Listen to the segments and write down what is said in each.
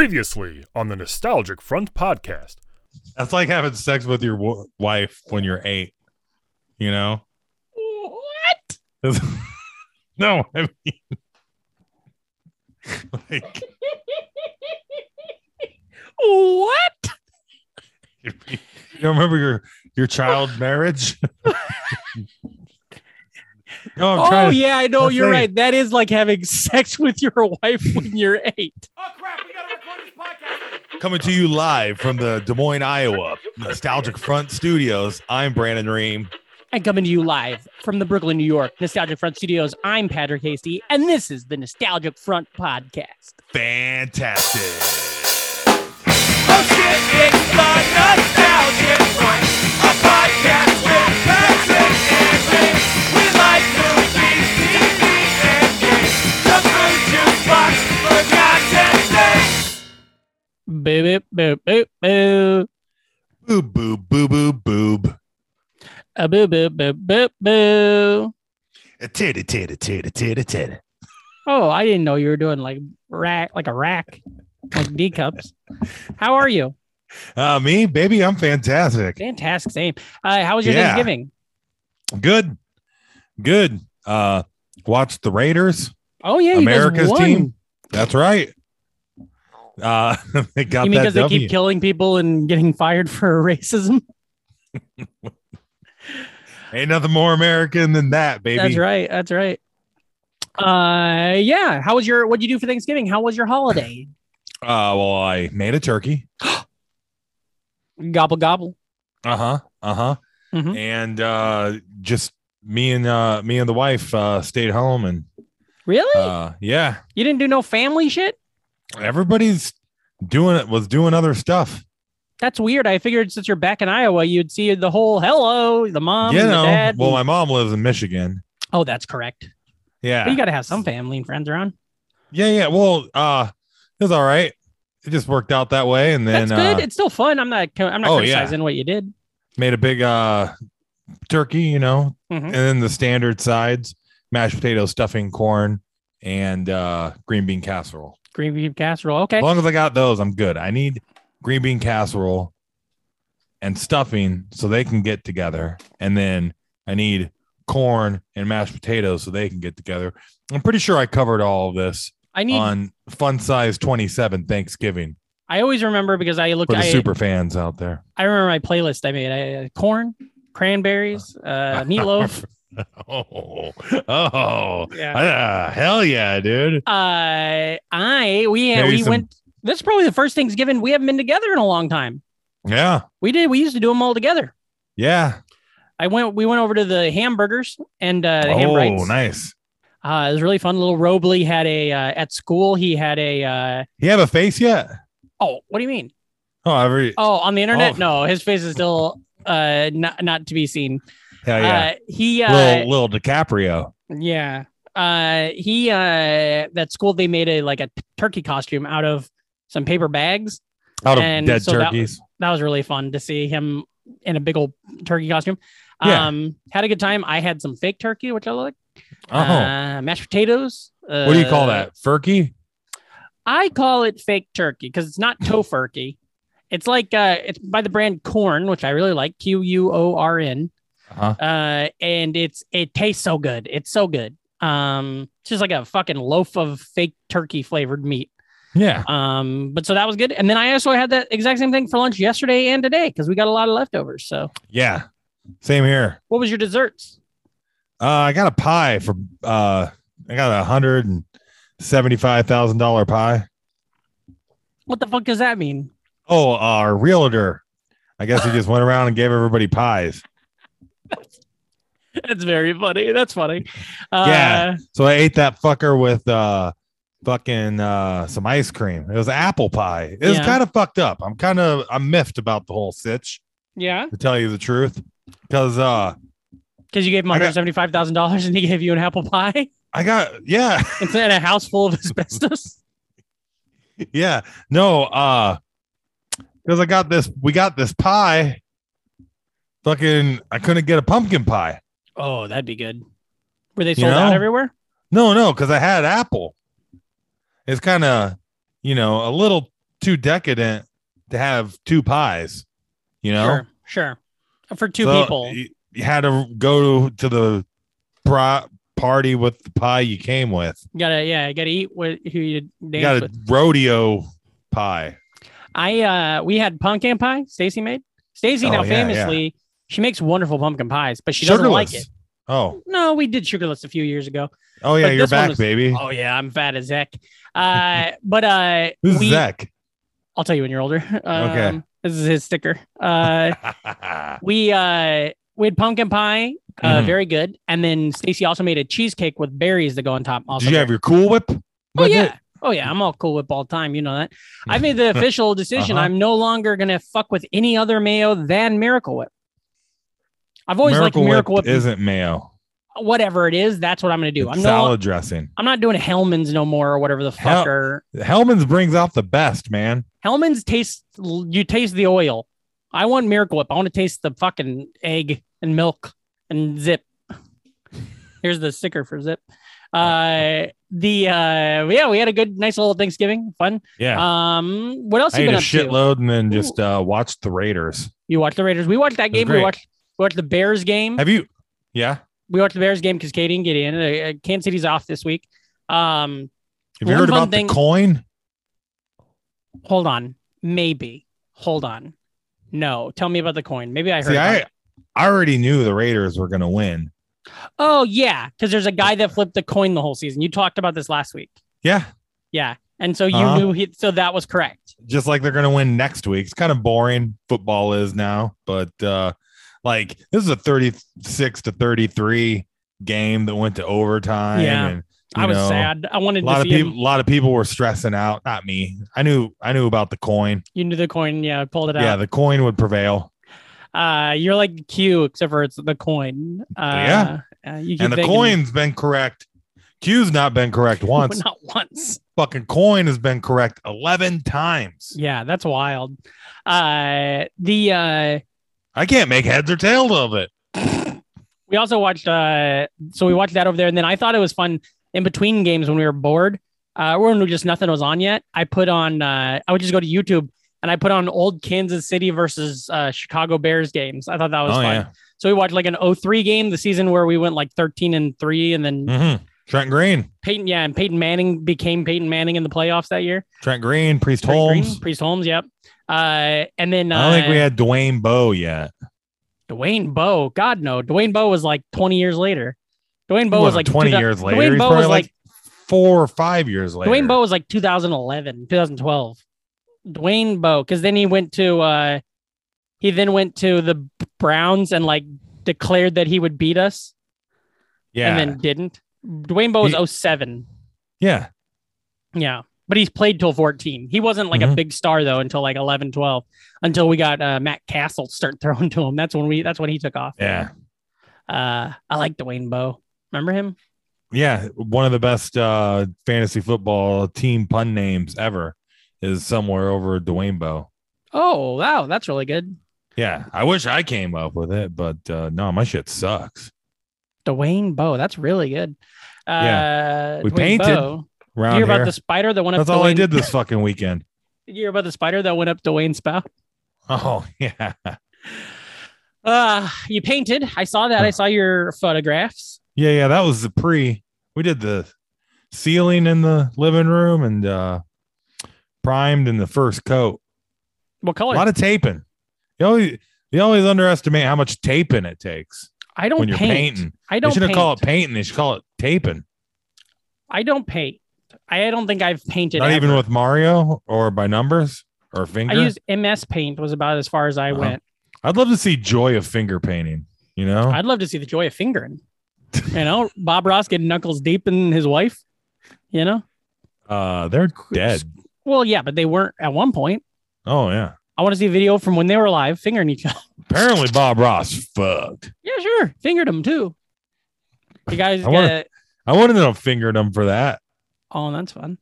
Previously on the Nostalgic Front podcast. That's like having sex with your w- wife when you're eight. You know? What? no, I mean, like What? you don't remember your your child marriage? no, I'm Oh trying. To, yeah, I know that's you're right. right. That is like having sex with your wife when you're eight. Coming to you live from the Des Moines, Iowa, Nostalgic Front Studios. I'm Brandon Ream. And coming to you live from the Brooklyn, New York Nostalgic Front Studios. I'm Patrick Hasty, and this is the Nostalgic Front Podcast. Fantastic. Boop, boop, boop, boop, Boob, boob, boo, boob, boob. a boop, boop, boop, boop, boo. A Titty, titty, titty, titty, titty. Oh, I didn't know you were doing like rack, like a rack, like D cups. How are you? Uh, me, baby, I'm fantastic. Fantastic, same. Uh, how was your Yeah. Thanksgiving? Good, good. Uh, watched the Raiders, Oh yeah, you America's guys won. team. That's right. Uh, they got you mean that because they W. keep killing people and getting fired for racism? Ain't nothing more American than that, baby. That's right. That's right. Uh, yeah. How was your? What did you do for Thanksgiving? How was your holiday? Uh, well, I made a turkey. gobble gobble. Uh huh. Uh huh. Mhm. And uh, just me and uh, me and the wife uh, stayed home, and Really? uh, yeah, you didn't do no family shit? everybody's doing it. Was doing other stuff. That's weird. I figured since you're back in Iowa, you'd see the whole hello, the mom, you and know. the dad. well, and- my mom lives in Michigan. oh, that's correct. Yeah. But you got to have some family and friends around. Yeah, yeah. Well, uh, it was all right. It just worked out that way, and then That's good. uh, it's still fun. I'm not. I'm not Oh, yeah. criticizing what you did. made a big uh turkey, you know, Mhm. and then the standard sides: mashed potato, stuffing, corn, and uh green bean casserole. Green bean casserole. Okay. As long as I got those, I'm good. I need green bean casserole and stuffing so they can get together, and then I need corn and mashed potatoes so they can get together. I'm pretty sure I covered all of this I need. on Fun Size 27 Thanksgiving. I always remember because I looked. for the I, super fans out there. I remember my playlist I made. I uh, corn, cranberries, uh, meatloaf. Oh, oh, yeah. ah, hell yeah, dude! uh i we yeah, Maybe we some- went this is probably the first thanksgiving we haven't been together in a long time Yeah, we did we used to do them all together yeah. i went we went over to the hamburgers and uh the ham oh, rights nice. uh it was really fun little robley had a uh, at school he had a uh You have a face yet? oh what do you mean Oh, every oh on the internet Oh. no his face is still uh not not to be seen hell Oh, yeah, uh he uh little little DiCaprio. Yeah. Uh he uh that school they made a like a t- turkey costume out of some paper bags. Out of and dead so that turkeys. That was really fun to see him in a big old turkey costume. Yeah. Um had a good time. I had some fake turkey, which I like. Oh, Uh, mashed potatoes. Uh, what do you call that? Furky? I call it fake turkey because it's not tofurkey. It's like uh it's by the brand Corn, which I really like, Q U O R N. Uh-huh. uh, and it's it tastes so good. It's so good. Um, it's just like a fucking loaf of fake turkey flavored meat. Yeah. Um, but so that was good. And then I also had that exact same thing for lunch yesterday and today because we got a lot of leftovers. So Yeah. Same here. what was your desserts? Uh, I got a pie for. Uh, I got a hundred and seventy-five thousand dollar pie. What the fuck does that mean? Oh, our realtor. I guess he just went around and gave everybody pies. That's very funny. That's funny. Uh, Yeah. So I ate that fucker with uh fucking uh some ice cream. It was apple pie. It was Yeah. kind of fucked up. I'm kind of I'm miffed about the whole sitch, Yeah. to tell you the truth. Cause uh Because you gave him I got- $175,000 and he gave you an apple pie I got yeah, instead of a house full of asbestos. yeah. No, uh because I got this we got this pie. Fucking I couldn't get a pumpkin pie. Oh, that'd be good. Were they You sold out know? everywhere? No, no, because I had apple. It's kind of you know a little too decadent to have two pies. You know, Sure, sure. For two So, people. You, you had to go to the pri- party with the pie you came with. You gotta yeah, you gotta eat with who you dance You got a with. rodeo pie. I uh we had pumpkin pie Stacy made. Stacy Oh, now yeah, yeah. famously she makes wonderful pumpkin pies, but she doesn't like Sugarless. it. Oh, No, we did sugarless a few years ago. oh yeah, But you're this one back, was- baby. Oh yeah, I'm fat as heck. Uh but uh Who's we, Zach? I'll tell you when you're older. Um, Okay. This is his sticker. Uh we uh we had pumpkin pie, uh Mhm. very good. And then Stacy also made a cheesecake with berries that go on top. Also Did you very have your Cool Whip? Oh with yeah. it? Oh yeah, I'm all cool whip all the time. You know that. I made the official decision. Uh-huh. I'm no longer gonna fuck with any other mayo than Miracle Whip. I've always Miracle liked Miracle Whip. isn't mayo. whatever it is, that's what I'm gonna do. It's I'm no, salad dressing. I'm not doing Hellman's no more or whatever the Hell- fuck. Or Hellman's brings out the best, man. Hellman's tastes. You taste the oil. I want Miracle Whip. I want to taste the fucking egg and milk and zip. Here's the sticker for zip. Uh, the uh, yeah, we had a good, nice little Thanksgiving, fun. Yeah. Um, what else I you ate been a up to? shitload and then just uh, watched the Raiders. You watched the Raiders. We watched that was game. We great. watched we watched the Bears game. Have you? Yeah. we watched the Bears game because Katie didn't get in. Uh, uh, Kansas City's off this week. Um, Have you One heard fun about thing- the coin? hold on, maybe. Hold on. No, tell me about the coin. Maybe I heard. See, about I, it. I already knew the Raiders were going to win. Oh yeah, because there's a guy that flipped the coin the whole season. You talked about this last week. Yeah. Yeah, and so you Uh-huh. knew. He, so that was correct. Just like they're going to win next week. It's kind of boring football is now, but uh, like this is a 36 to 33 game that went to overtime. Yeah. And, I you was know, sad. I wanted A lot to of see people, him. a lot of people were stressing out. Not me. I knew, I knew about the coin. You knew the coin. Yeah, I pulled it Yeah, out. the coin would prevail, Uh, you're like Q, except for it's the coin. Uh, Yeah. yeah, you keep and the thinking- coin's been correct. Q's not been correct once. not once. Fucking coin has been correct eleven times. Yeah, that's wild. Uh the uh I can't make heads or tails of it. we also watched uh so we watched that over there and then I thought it was fun in between games when we were bored, uh or when just nothing was on yet. I put on uh I would just go to YouTube and I put on old Kansas City versus uh Chicago Bears games. I thought that was oh fun. yeah, So we watched like an 03 game the season where we went like 13 and 3 and then mm-hmm. Trent Green, Peyton yeah, and Peyton Manning became Peyton Manning in the playoffs that year. Trent Green, Priest Trent Green, Holmes. Priest Holmes, yep. Uh and then I don't think uh, we had Dwayne Bowe yet. Dwayne Bowe, God no, Dwayne Bowe was like 20 years later. Dwayne Bowe What, was like twenty 2000 years later. Dwayne He's Bowe probably was like, four or five years later. Dwayne Bowe was like 2011, 2012. Dwayne Bowe, because then he went to uh he then went to the Browns and like declared that he would beat us Yeah, and then didn't. Dwayne Bowe was He- 07. yeah. Yeah. But he's played till 14. He wasn't like a Mhm. big star though until like 11, 12, until we got uh, Matt Castle start throwing to him. That's when we that's when he took off. Yeah. Uh I like Dwayne Bowe. Remember him? yeah, one of the best uh, fantasy football team pun names ever is somewhere over Dwayne Bowe. Oh wow, that's really good. Yeah, I wish I came up with it, but uh, no, my shit sucks. Dwayne Bowe, that's really good. Uh, Yeah. We Dwayne painted Bowe. Did you Round hear here, about the spider that went up? that's all I Dwayne- did this fucking weekend. Did you hear about the spider that went up Dwayne's spout? Oh yeah, yeah, Uh, you painted. I saw that. I saw your photographs. yeah. That was the pre. We did the ceiling in the living room and uh, primed in the first coat. What A color? lot of taping. You always you always underestimate how much taping it takes I don't when you're paint. painting. I They don't shouldn't paint. call it painting. They should call it taping. I don't paint. I don't think I've painted. Not even ever. with Mario or by numbers or I finger. used MS Paint was about as far as I Uh-huh. went. I'd love to see joy of finger painting. You know, I'd love to see the joy of fingering. you know, Bob Ross getting knuckles deep in his wife. You know, uh, they're dead. well, yeah, but they weren't at one point. Oh yeah. I want to see a video from when they were alive fingering each other. Apparently Bob Ross fucked. Yeah, sure. Fingered them too. You guys I wanna- got I wanted to have fingered him for that. oh, that's fun.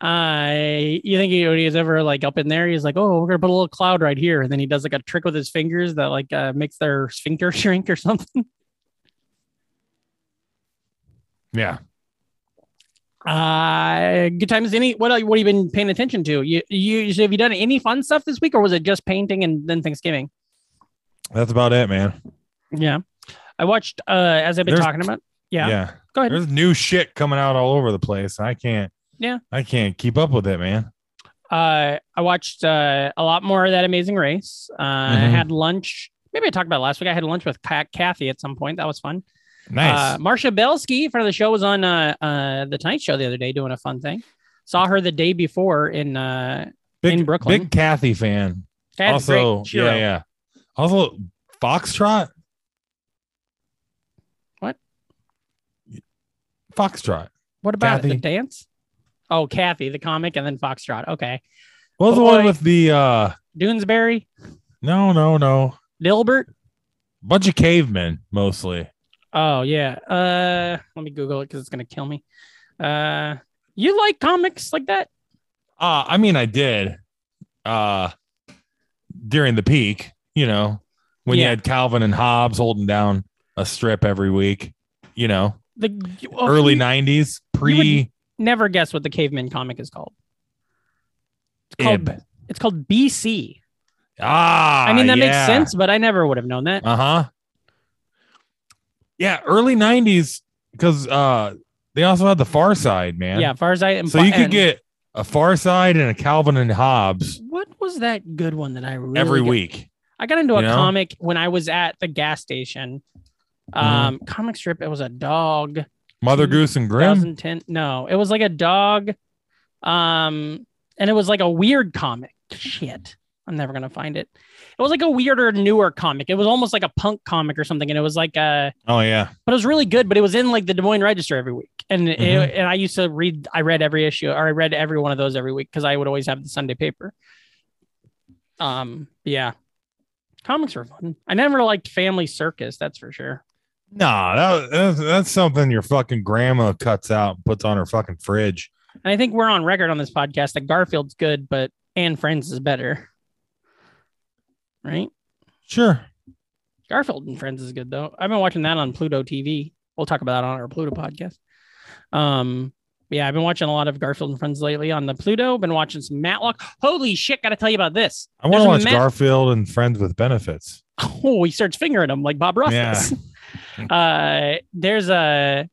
Uh, you think he, when he's ever like up in there? He's like, oh, we're gonna put a little cloud right here, and then he does like a trick with his fingers that like uh, makes their sphincter shrink or something. Yeah. Uh, good times. Any what? What have you been paying attention to? You, you have you done any fun stuff this week, or was it just painting and then Thanksgiving? That's about it, man. Yeah, I watched. Uh, as I've been There's- talking about. Yeah. yeah. Go ahead. There's new shit coming out all over the place. and I can't. Yeah. I can't keep up with it, man. Uh, I watched uh, a lot more of that Amazing Race. Uh, I Mhm. had lunch. Maybe I talked about it last week. I had lunch with Ka- Kathy at some point. That was fun. Nice. Uh, Marsha Belsky, friend of the show, was on uh, uh, the Tonight Show the other day doing a fun thing. Saw her the day before in uh, big in Brooklyn. Big Kathy fan. Kathy's also, great. She yeah, wrote- yeah. Also, Foxtrot. What? Foxtrot. What about it, the Kathy. dance? Oh, Kathy, the comic, and then Foxtrot. Okay, What was the Boy. one with the uh Doonesbury, no no no Dilbert. bunch of cavemen mostly. Oh yeah. Uh, let me Google it because it's gonna kill me. Uh, you like comics like that? Uh I mean I did. Uh during the peak, you know, when you Yeah. had Calvin and Hobbes holding down a strip every week, you know, The oh, early you 90s, would- pre Never guess what the caveman comic is called. It's called. ib. It's called BC. Ah. I mean that yeah. makes sense, but I never would have known that. Uh-huh. Yeah, early 90s cuz uh they also had the Far Side, man. Yeah, far as I So you could and- get a Far Side and a Calvin and Hobbes What was that good one that I really every got- week. I got into a you know? comic when I was at the gas station. Um, Mm-hmm. comic strip. It was a dog. Mother Goose and Grimm. 2010. No, it was like a dog. Um, and it was like a weird comic. Shit. I'm never gonna find it. It was like a weirder, newer comic. It was almost like a punk comic or something, and it was like a, Oh yeah. but it was really good. But it was in like the Des Moines Register every week, and it- Mhm. and I used to read. I read every issue, or I read every one of those every week because I would always have the Sunday paper. Um, yeah, comics were fun. I never liked Family Circus, that's for sure. Nah, that, that's, that's something your fucking grandma cuts out and puts on her fucking fridge. And I think we're on record on this podcast that Garfield's good, but Anne Friends is better. Right? Sure. Garfield and Friends is good though. I've been watching that on Pluto TV. We'll talk about that on our Pluto podcast. Um, yeah, I've been watching a lot of Garfield and Friends lately on the Pluto. Been watching some Matlock. Holy shit, gotta tell you about this. I want There's to a watch ma- Garfield and Friends with Benefits. Oh, he starts fingering them like Bob Ross Yeah. does. Uh, there's a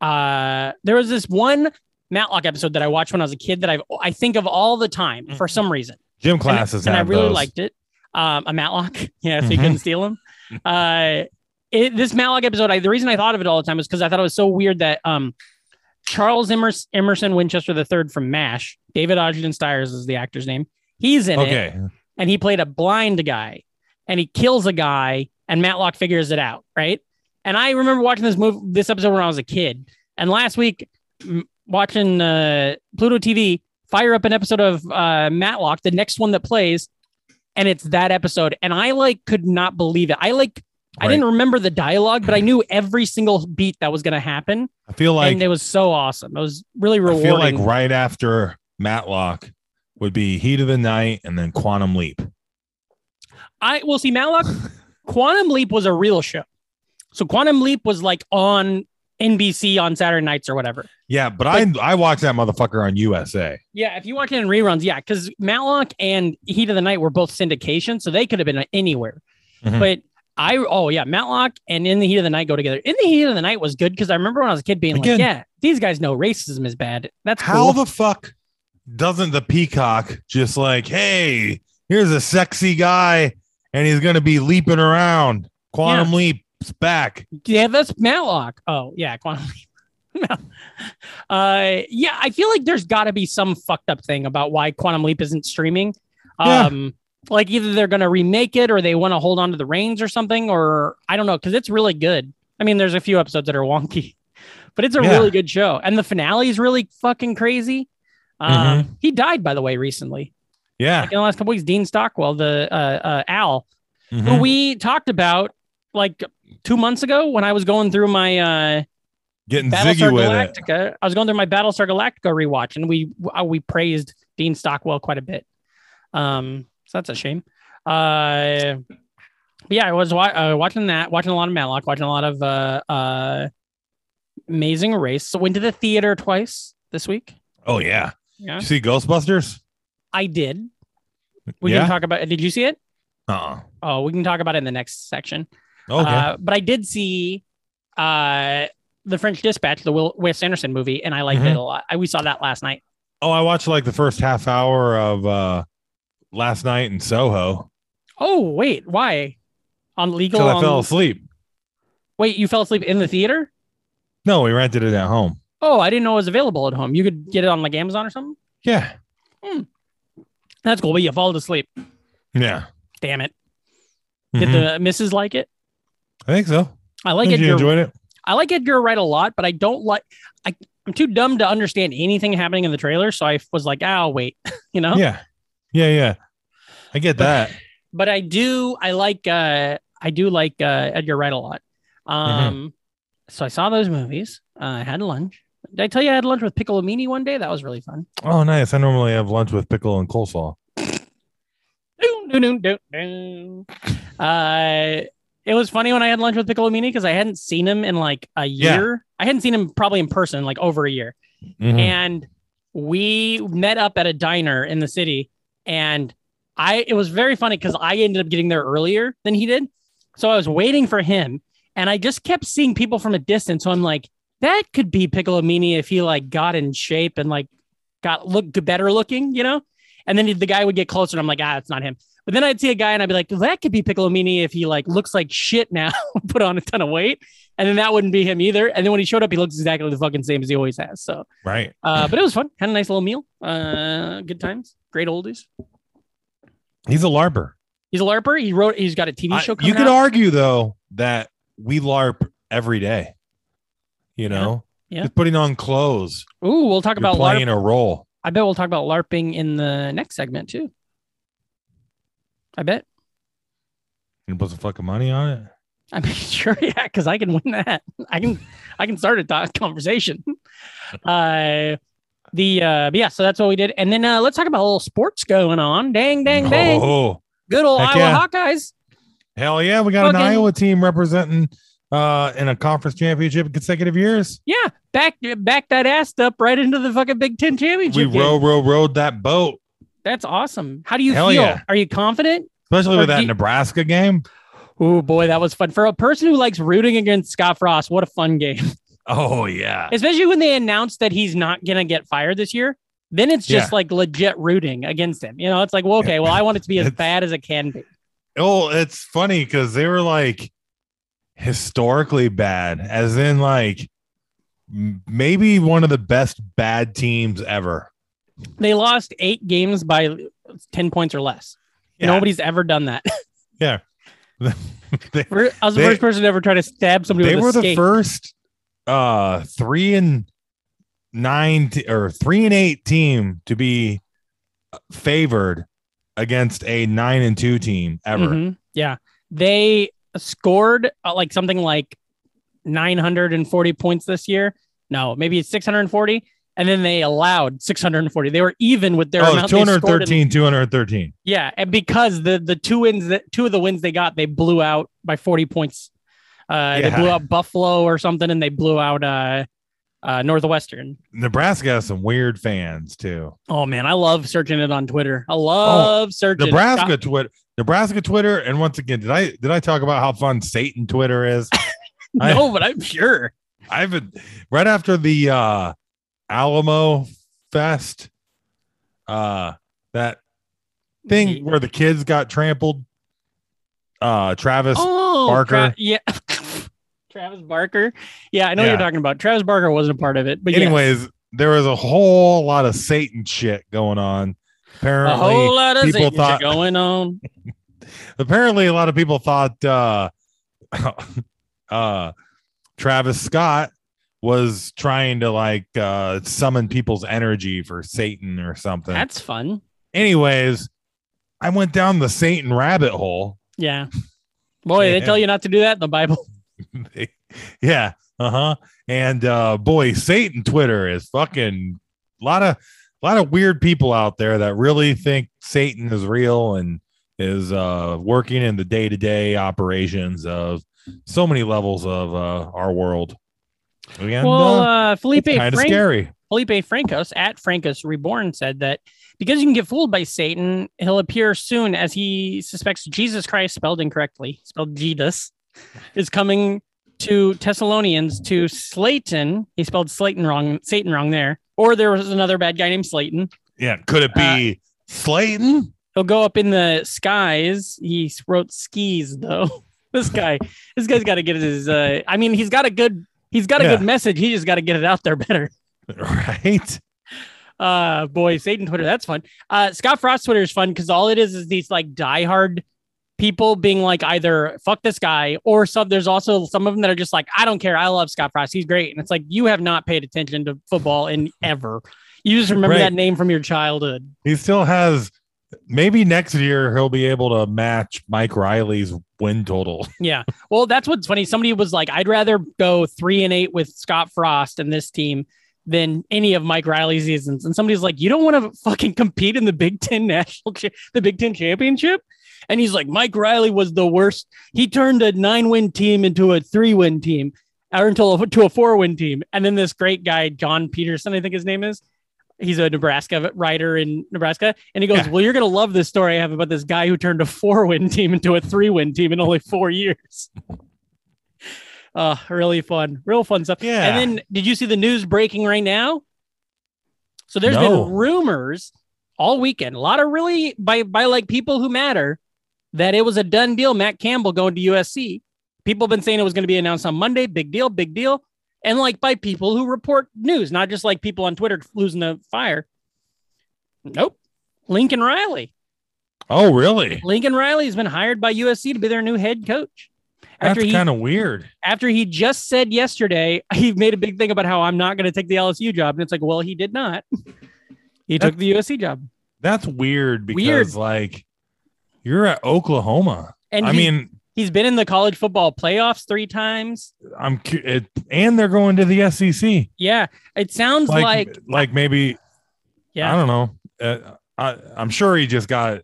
uh, there was this one Matlock episode that I watched when I was a kid that I've I think of all the time for some reason. Gym classes and I have really those. liked it. Um, a Matlock, yeah, so you Mhm. couldn't steal him. Mm-hmm. Uh, it, this Matlock episode, I, the reason I thought of it all the time was because I thought it was so weird that um, Charles Emers- Emerson Winchester III from MASH, David Ogden Stiers is the actor's name. He's in it, Okay. and he played a blind guy, and he kills a guy, and Matlock figures it out, right? And I remember watching this move, this episode when I was a kid, and last week m- watching uh, Pluto TV fire up an episode of uh, Matlock, the next one that plays, and it's that episode. And I like could not believe it. I like I Right. didn't remember the dialogue, but I knew every single beat that was going to happen, I feel like and it was so awesome. It was really I rewarding. feel like right after Matlock would be Heat of the Night and then Quantum Leap. I will see Matlock. Quantum Leap was a real show. So Quantum Leap was like on NBC on Saturday nights or whatever. Yeah, but, I I watched that motherfucker on USA. Yeah, if you watch it in reruns, yeah, because Matlock and Heat of the Night were both syndication, so they could have been anywhere. Mhm. But I, oh yeah, Matlock and In the Heat of the Night go together. In the Heat of the Night was good because I remember when I was a kid being Again. like, yeah, these guys know racism is bad. That's How cool. the fuck doesn't the peacock just like, hey, here's a sexy guy and he's going to be leaping around? Quantum leaps back. yeah, that's Matlock. Oh, yeah, quantum leap. uh, yeah, I feel like there's got to be some fucked up thing about why Quantum Leap isn't streaming. Yeah. Um, like either they're going to remake it or they want to hold on to the reins or something, or I don't know, because it's really good. I mean, there's a few episodes that are wonky, but it's a Yeah. really good show, and the finale is really fucking crazy. Mm-hmm. Um, he died, by the way, recently. Yeah. Like in the last couple weeks, Dean Stockwell, the uh, uh, Al, who Mhm. we talked about like two months ago when I was going through my uh, Getting Battlestar ziggy with it. Galactica. I was going through my Battlestar Galactica rewatch, and we uh, we praised Dean Stockwell quite a bit. Um, so that's a shame. Uh, but yeah, I was wa- uh, watching that, watching a lot of Matlock, watching a lot of uh, uh, Amazing Race. So went to the theater twice. this week. Oh yeah. Yeah, You see Ghostbusters? I did. We yeah. can talk about. Did you see it? uh-uh. Oh, we can talk about it in the next section. Okay. Uh, but I did see uh, the French Dispatch, the Will Wes Anderson movie, and I liked Mhm. it a lot. I, we saw that last night. oh, I watched like the first half hour of uh last night in Soho Oh wait, why? On legal? because I on- fell asleep. Wait, you fell asleep in the theater? No, we rented it at home. Oh, I didn't know it was available at home. You could get it on like Amazon or something. Yeah. That's cool. But you fall asleep. Yeah. Damn it! Did Mhm. the missus like it? I think so. I like Think Edgar. you enjoyed it. I like Edgar Wright a lot, but I don't like. I, I'm too dumb to understand anything happening in the trailer, so I was like, "I'll wait," you know. Yeah. Yeah. Yeah. I get that. but I do I like uh I do like uh Edgar Wright a lot. Um so I saw those movies. Uh, I had lunch. Did I tell you I had lunch with Piccolomini one day? That was really fun. Oh, nice. I normally have lunch with pickle and coleslaw. Doo, doo, doo, doo, doo. Uh it was funny when I had lunch with Piccolomini because I hadn't seen him in like a Yeah. year. I hadn't seen him probably in person like over a year. Mhm. and we met up at a diner in the city and i it was very funny because i ended up getting there earlier than he did so i was waiting for him and i just kept seeing people from a distance so i'm like that could be piccolomini if he like got in shape and like got looked better looking you know and then the guy would get closer and i'm like ah it's not him but then i'd see a guy and i'd be like that could be piccolomini if he like looks like shit now put on a ton of weight and then that wouldn't be him either and then when he showed up he looks exactly the fucking same as he always has so Right. uh, but it was fun. Had a nice little meal. Uh, good times. Great oldies. He's a LARPer. He's a LARPer. He wrote. He's got a TV I- show. you Coming could out. argue though that we LARP every day. You know, Yeah. Just putting on clothes, Ooh, we'll talk you're about LARP. playing a role. I bet we'll talk about LARPing in the next segment too. I bet. And put some fucking money on it. I mean, sure, yeah, because I can win that. I can, I can start a th- conversation. Uh, the uh, but yeah, so that's what we did, and then uh, let's talk about a little sports going on. Dang, dang, dang! Oh, Good old Heck Iowa yeah. Hawkeyes. hell yeah! We got an Fucking- Iowa team representing uh in a conference championship in consecutive years. Yeah, back back that ass up right into the fucking Big Ten championship. We game. row, row, rowed that boat, That's awesome. How do you Hell feel? yeah. Are you confident? especially Or with that do- Nebraska game. Oh boy, that was fun. For a person who likes rooting against Scott Frost, what a fun game. Oh yeah, Especially when they announced that he's not gonna get fired this year. Then it's just like legit rooting against him. You know, it's like, well, okay, well, I want it to be as It's- bad as it can be. Oh, it's funny because they were like historically bad, as in like m- maybe one of the best bad teams ever. They lost eight games by 10 points or less. Yeah. Nobody's ever done that. they I was the They- first person to ever try to stab somebody they with were a the skate. first uh three and nine t- or three and eight team to be favored against a nine and two team ever. Mhm. Yeah. They scored uh, like something like 940 points this year. No, maybe it's 640. And then they allowed 640. They were even with their Oh, amount they scored. in- 213, 213. yeah. And because the, the two wins that two of the wins they got, they blew out by 40 points. Uh, They Yeah. blew out Buffalo or something and they blew out uh, uh, Northwestern. Nebraska has some weird fans too. Oh, man. I love searching it on Twitter. I love searching it. Oh, Nebraska Twitter, Nebraska Twitter, and once again, did I did I talk about how fun Satan Twitter is? I- No, but I'm sure. I've been right after the uh Alamo Fest, uh that thing where the kids got trampled. Uh Travis, Oh, Barker. Tra- yeah. Travis Barker. Yeah, I know what you're Yeah. talking about. Travis Barker wasn't a part of it, but anyway, anyways, there was a whole lot of Satan shit going on. a Apparently, whole lot of people people thought- going on. apparently a lot of people thought uh uh Travis Scott was trying to like uh summon people's energy for Satan or something. That's fun. Anyways, I went down the Satan rabbit hole. Yeah. Boy, they Yeah. tell you not to do that in the Bible. yeah, uh-huh. And uh boy, Satan Twitter is fucking a lot of a lot of weird people out there that really think Satan is real and is uh working in the day-to-day operations of so many levels of uh our world. And, well, uh, uh, Felipe kind of Frank, scary. Felipe Francos at Francos Reborn said that because you can get fooled by Satan, he'll appear soon as he suspects Jesus Christ, spelled incorrectly, spelled Jesus, is coming to Thessalonians to Slayton. He spelled Slayton wrong, Satan wrong there. Or there was another bad guy named Slayton. Yeah. Could it be Uh, Slayton? He'll go up in the skies. He wrote skis though. This guy, this guy's got to get his. Uh, I mean, he's got a good, he's got a Yeah. good message. He just got to get it out there better. Right. Uh, boy, Satan Twitter, that's fun. Uh, Scott Frost Twitter is fun because all it is is these like diehard people being like either fuck this guy or some. There's also some of them that are just like, I don't care. I love Scott Frost. He's great. And it's like you have not paid attention to football in ever. You just remember Right. that name from your childhood. He still has. Maybe next year he'll be able to match Mike Riley's win total. Yeah. Well, that's what's funny. Somebody was like, I'd rather go three and eight with Scott Frost and this team than any of Mike Riley's seasons. And somebody's like, you don't want to fucking compete in the Big Ten national, cha- the Big Ten championship. And he's like, Mike Riley was the worst. He turned a nine win team into a three win team or until a, to a four win team. And then this great guy, John Peterson, I think his name is. He's a Nebraska writer in Nebraska. And he goes, Yeah. Well, you're going to love this story I have about this guy who turned a four win team into a three win team in only four years. Uh, really fun, real fun stuff. Yeah. And then did you see the news breaking right now? So there's No. been rumors all weekend, a lot of really by by like people who matter that it was a done deal. Matt Campbell going to USC. People have been saying it was going to be announced on Monday. Big deal, big deal. And like by people who report news, not just like people on Twitter losing the fire. Nope. Lincoln Riley. Oh, really? Lincoln Riley has been hired by USC to be their new head coach. That's he kind of weird. after he just said yesterday, he made a big thing about how I'm not going to take the LSU job. And it's like, well, he did not. He took the USC job. That's weird because Weird. like you're at Oklahoma. And I he's- mean, he's been in the college football playoffs three times. I'm cu- it, and they're going to the SEC. Yeah. It sounds Like, like, like, maybe I yeah, don't know. Uh, I, I'm sure he just got a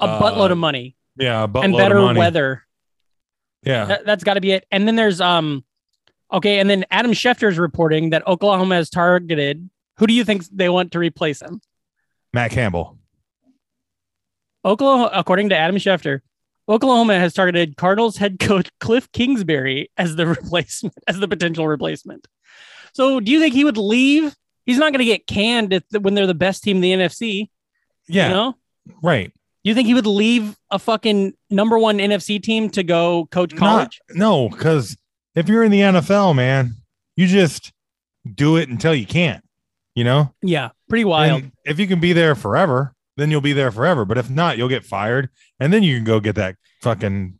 uh, buttload of money yeah, but and better money. Uh-huh. weather. Uh, Yeah, That, that's got to be it. And then there's um, okay. And then Adam Schefter is reporting that Oklahoma has targeted. Who do you think they want to replace him? Matt Campbell. Oklahoma, according to Adam Schefter, Oklahoma has targeted Cardinals head coach Cliff Kingsbury as the replacement, as the potential replacement. So, do you think he would leave? He's not going to get canned if, when they're the best team in the NFC. Yeah, You know, right. you think he would leave a fucking number one NFC team to go coach college? Not, no, because if you're in the NFL, man, you just do it until you can't. You know, yeah, pretty wild. And if you can be there forever, then you'll be there forever. But if not, you'll get fired, and then you can go get that fucking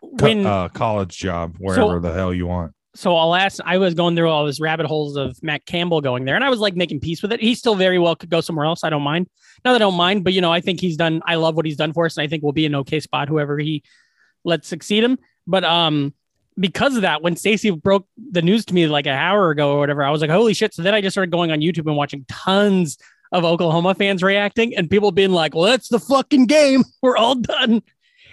co- when uh, college job wherever the hell you want. so I'll ask. I was going through all those rabbit holes of Matt Campbell going there, and I was like making peace with it. He still very well could go somewhere else. I don't mind. Not that I don't mind, but you know, I think he's done. I love what he's done for us, and I think we'll be an okay spot. Whoever he lets succeed him, but um, because of that, when Stacey broke the news to me like an hour ago or whatever, I was like, holy shit! So then I just started going on YouTube and watching tons of Oklahoma fans reacting and people being like, well, that's the fucking game. We're all done,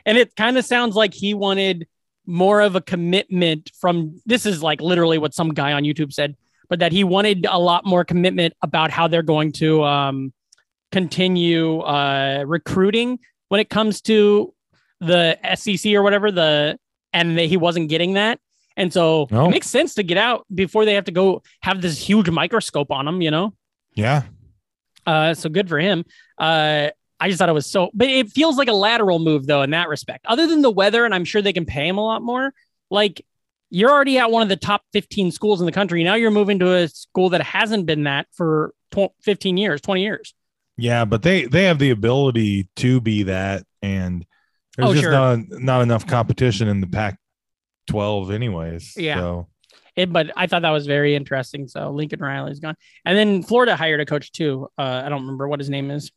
and it kind of sounds like he wanted more of a commitment from this is like literally what some guy on YouTube said, but that he wanted a lot more commitment about how they're going to um, continue uh, recruiting when it comes to the SEC or whatever the and that he wasn't getting that. And so No. it makes sense to get out before they have to go have this huge microscope on them, you know? Yeah, Uh, so good for him. Uh, I just thought it was so, but it feels like a lateral move though in that respect. Other than the weather, and I'm sure they can pay him a lot more. Like you're already at one of the top 15 schools in the country. Now you're moving to a school that hasn't been that for tw- 15 years, 20 years. yeah, but they they have the ability to be that, and there's Oh, just sure. not not enough competition in the Pac-12, anyways. Yeah. So, It, but I thought that was very interesting. So Lincoln Riley's gone, and then Florida hired a coach too. Uh, I don't remember what his name is.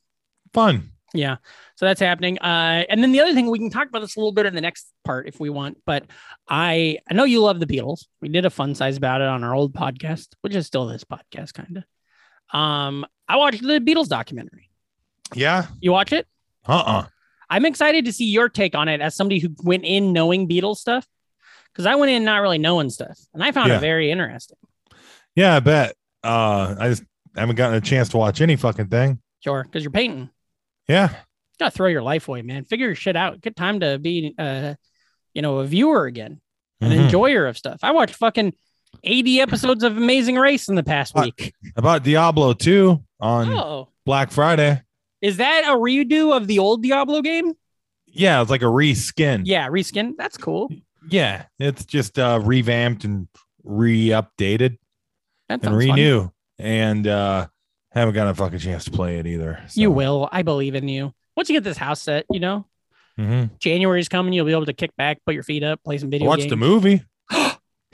fun. Yeah. So that's happening. Uh, and then the other thing we can talk about this a little bit in the next part if we want, but I I know you love the Beatles. We did a fun size about it on our old podcast, which is still this podcast kind of. Um, I watched the Beatles documentary. Yeah. You watch it? Uh. uh I'm excited to see your take on it as somebody who went in knowing Beatles stuff. Cause I went in not really knowing stuff and I found Yeah. it very interesting. Yeah, I bet. Uh, I just I haven't gotten a chance to watch any fucking thing. Sure, because you're painting. Yeah. You gotta throw your life away, man. Figure your shit out. Good time to be, uh, you know, a viewer again, an Mhm. enjoyer of stuff. I watched fucking 80 episodes of Amazing Race in the past What? week. About Diablo 2 on Oh, Black Friday. is that a redo of the old Diablo game? Mm. Yeah, it's like a reskin. Yeah, reskin. That's cool. Yeah, it's just uh, revamped and re-updated That and sounds fun. renew. And uh, haven't gotten a fucking chance to play it either. You will. I believe in you. Once you get this house set, you know, hmm January's coming. You'll be able to kick back, put your feet up, play some video Watch games. the movie.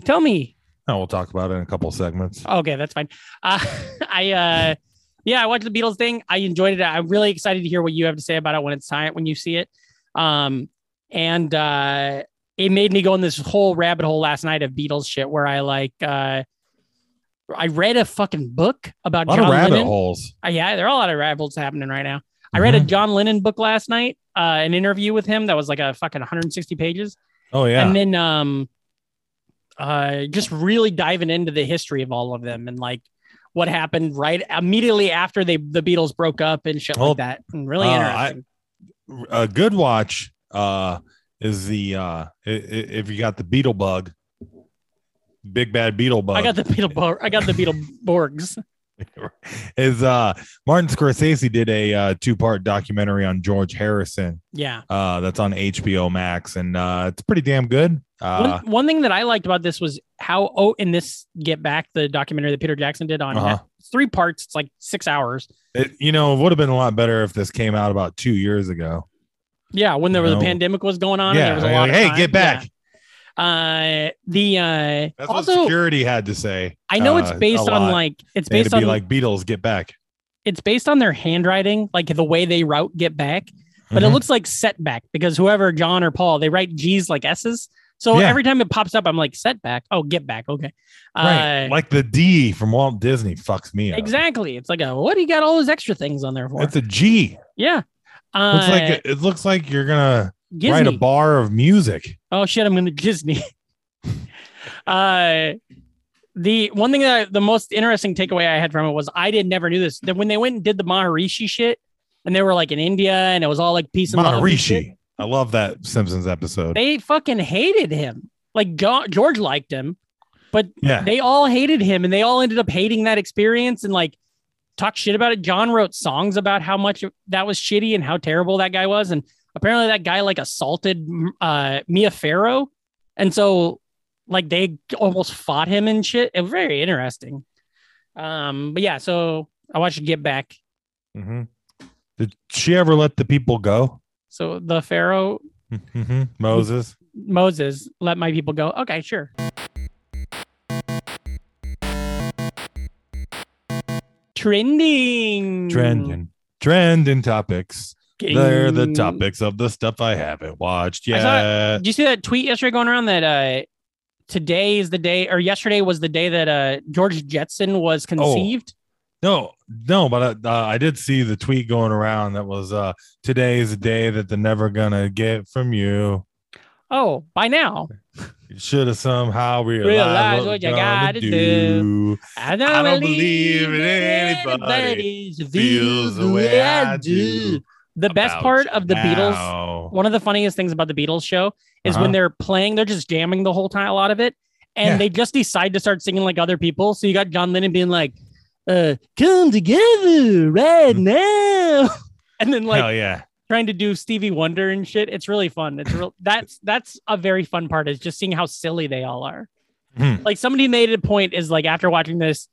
Tell me, Oh, we'll talk about it in a couple segments. Okay, that's fine. Uh, I uh, yeah, I watched the Beatles thing. I enjoyed it. I'm really excited to hear what you have to say about it when it's time when you see it. Um, and uh, it made me go in this whole rabbit hole last night of Beatles shit where I like uh, I read a fucking book A about lot John of rabbit Lennon. holes. Uh, yeah, there are a lot of rabbit holes happening right now. I read a Mhm. John Lennon book last night, uh, an interview with him that was like a fucking 160 pages Oh yeah. and then um uh just really diving into the history of all of them and like what happened right immediately after they the Beatles broke up and shit Well, like that. And really uh, I- interesting. a good watch uh is the uh i- i- if you got the beetle bug big bad beetle I, bug got the Beetle I got the Beetleborgs. is uh martin scorsese did a uh two-part documentary on george harrison Yeah. uh that's on hbo max and uh it's pretty damn good uh one, one thing that I liked about this was how oh in this Get Back the documentary that Peter Jackson did on Uh-huh. it's three parts, it's like six hours. it, you know it would have been a lot better if this came out about two years ago Yeah, when there was No. a pandemic was going on, and there yeah was I a mean, lot like, of hey time. get back Yeah. Uh, the uh, that's what also security had to say I know it's uh, a based on lot. like it's they had based to be on like beatles get back it's based on their handwriting, like the way they route get back, but it Mhm. looks like setback because whoever John or Paul, they write G's like S's. So Yeah. every time it pops up, I'm like setback. Oh, get back. Okay. right Uh, like the d from walt disney fucks me up Exactly. It's like a what do you got all those extra things on there for? It's a G. yeah. Uh, Looks like it looks like you're gonna write a Gizme. bar of music. Oh shit, I'm gonna Disney. uh the one thing that I- the most interesting takeaway I had from it was I did never knew this. That when they went and did the Maharishi shit and they were like in India and it was all like peace and love and shit, Maharishi. I love that Simpsons episode. they fucking hated him. Like Jo- George liked him, but yeah, they all hated him, and they all ended up hating that experience and like talk shit about it. John wrote songs about how much that was shitty and how terrible that guy was, and apparently that guy like assaulted uh, Mia Farrow, and so like they almost fought him and shit. It was very interesting. Um, but yeah, so I watched Get Back. Mhm. did she ever let the people go? So the Pharaoh Mhm. Moses. Moses, let my people go. Okay, sure. Trending. Trending. Trending topics. Ding. They're the topics of the stuff I haven't watched Mm. I yet. saw Did you see that tweet yesterday going around that uh today is the day or yesterday was the day that uh George Jetson Oh. was conceived? No, no, but uh, uh, I did see the tweet going around that was uh, today is the day that they're never gonna get from you. Oh, by now. You should have somehow realized, Realize what, what you you got gotta to do. do. I don't, I don't believe in anybody anybody's Feels the way I do. The best about part of the Beatles now. one of the funniest things about the Beatles show is Uh-huh. when they're playing, they're just jamming the whole time, a lot of it, and Yeah. they just decide to start singing like other people. So you got John Lennon being like, uh, "Come together right Mm. now," and then like Hell yeah. trying to do Stevie Wonder and shit. It's really fun. It's real. that's that's a very fun part is just seeing how silly they all are. Mhm. Like somebody made a point is like after watching this,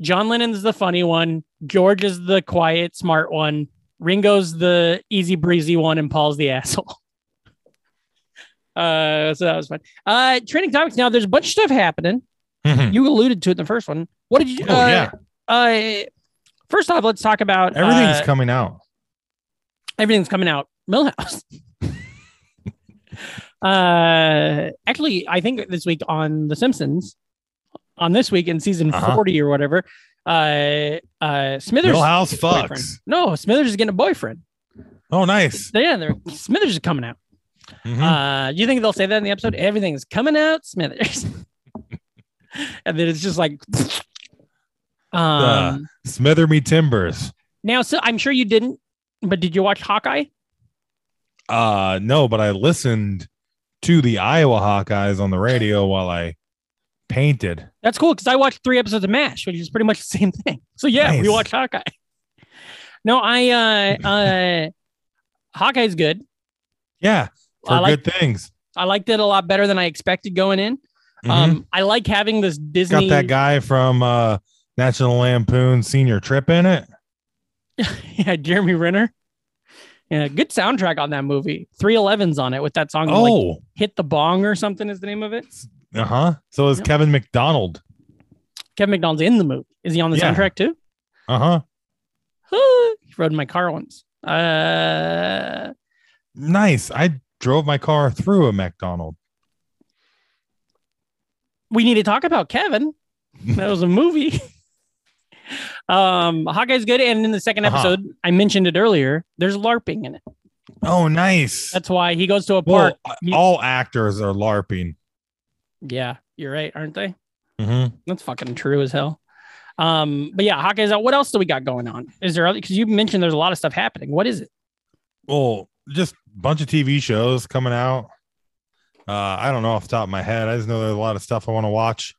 John Lennon's the funny one, George is the quiet smart one, Ringo's the easy breezy one, and Paul's the asshole. Uh, so that was fun. Uh, trending topics. Now there's a bunch of stuff happening. Mhm. You alluded to it in the first one. What did you? Oh, uh, yeah. Uh, first off, let's talk about Everything's uh, coming out. everything's coming out millhouse uh actually i think this week on the simpsons on this week in season Uh-huh. 40 or whatever uh uh smithers Millhouse is getting a boyfriend. fucks. no smithers is getting a boyfriend Oh, nice. yeah they're, smithers is coming out Mhm. uh do you think they'll say that in the episode everything's coming out smithers and then it's just like Uh. Um, Smither me timbers. Now, so I'm sure you didn't, but did you watch Hawkeye? Uh no, but I listened to the Iowa Hawkeyes on the radio while I painted. That's cool because I watched three episodes of MASH, which is pretty much the same thing. So yeah, Nice. we watched Hawkeye. No, I uh uh Hawkeye's good. Yeah, for I like- good things. I liked it a lot better than I expected going in. Mhm. Um I like having this Disney Got that guy from uh National Lampoon Senior Trip in it. yeah, Jeremy Renner. Yeah, good soundtrack on that movie. 311's on it with that song Oh, like Hit the Bong or something is the name of it. uh huh. So is Yep. Kevin McDonald. Kevin McDonald's in the movie. Is he on the Yeah. soundtrack too? Uh huh. he rode in my car once. Uh Nice. I drove my car through a McDonald. we need to talk about Kevin. That was a movie. um, Hawkeye's good, and in the second Uh-huh. episode, I mentioned it earlier. There's LARPing in it. Oh, nice. That's why he goes to a park. well, uh, You- all actors are LARPing. yeah, you're right, aren't they? Mm-hmm. That's fucking true as hell. Um, but yeah, Hawkeye's out. What else do we got going on? Is there other? Because you mentioned there's a lot of stuff happening. What is it? Well, just bunch of TV shows coming out. Uh, I don't know off the top of my head. I just know there's a lot of stuff I want to watch.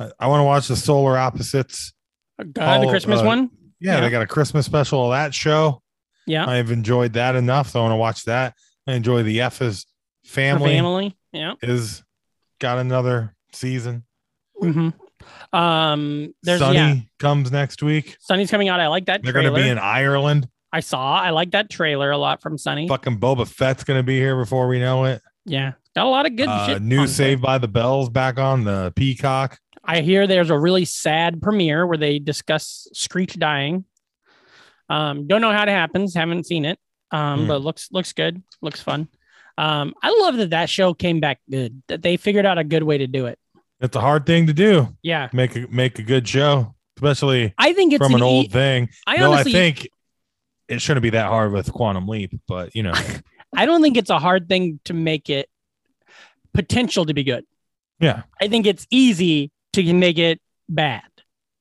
I, I want to watch the Solar Opposites. Uh, the Oh, Christmas uh, one. Yeah, Yeah. they got a Christmas special of that show. Yeah, I've enjoyed that enough, so I want to watch that. I enjoy the F is for family, family. Yeah. is got another season. hmm Um, there's Sunny yeah. comes next week. Sunny's coming out. I like that They're trailer. going to be in Ireland. I saw. I like that trailer a lot from Sunny. Fucking Boba Fett's going to be here before we know it. Yeah, got a lot of good Uh, shit. new on there. Saved by the Bells back on the Peacock. I hear there's a really sad premiere where they discuss Screech dying. Um, don't know how it happens. Haven't seen it. Um, Hmm. but looks looks good. Looks fun. Um, I love that that show came back good. That they figured out a good way to do it. It's a hard thing to do. Yeah, Make a, make a good show, especially I think it's from an the e- old thing. I no, I honestly, I, think it shouldn't be that hard with Quantum Leap, but you know, don't think it's a hard thing to make it potential to be good. yeah. I think it's easy to make it bad.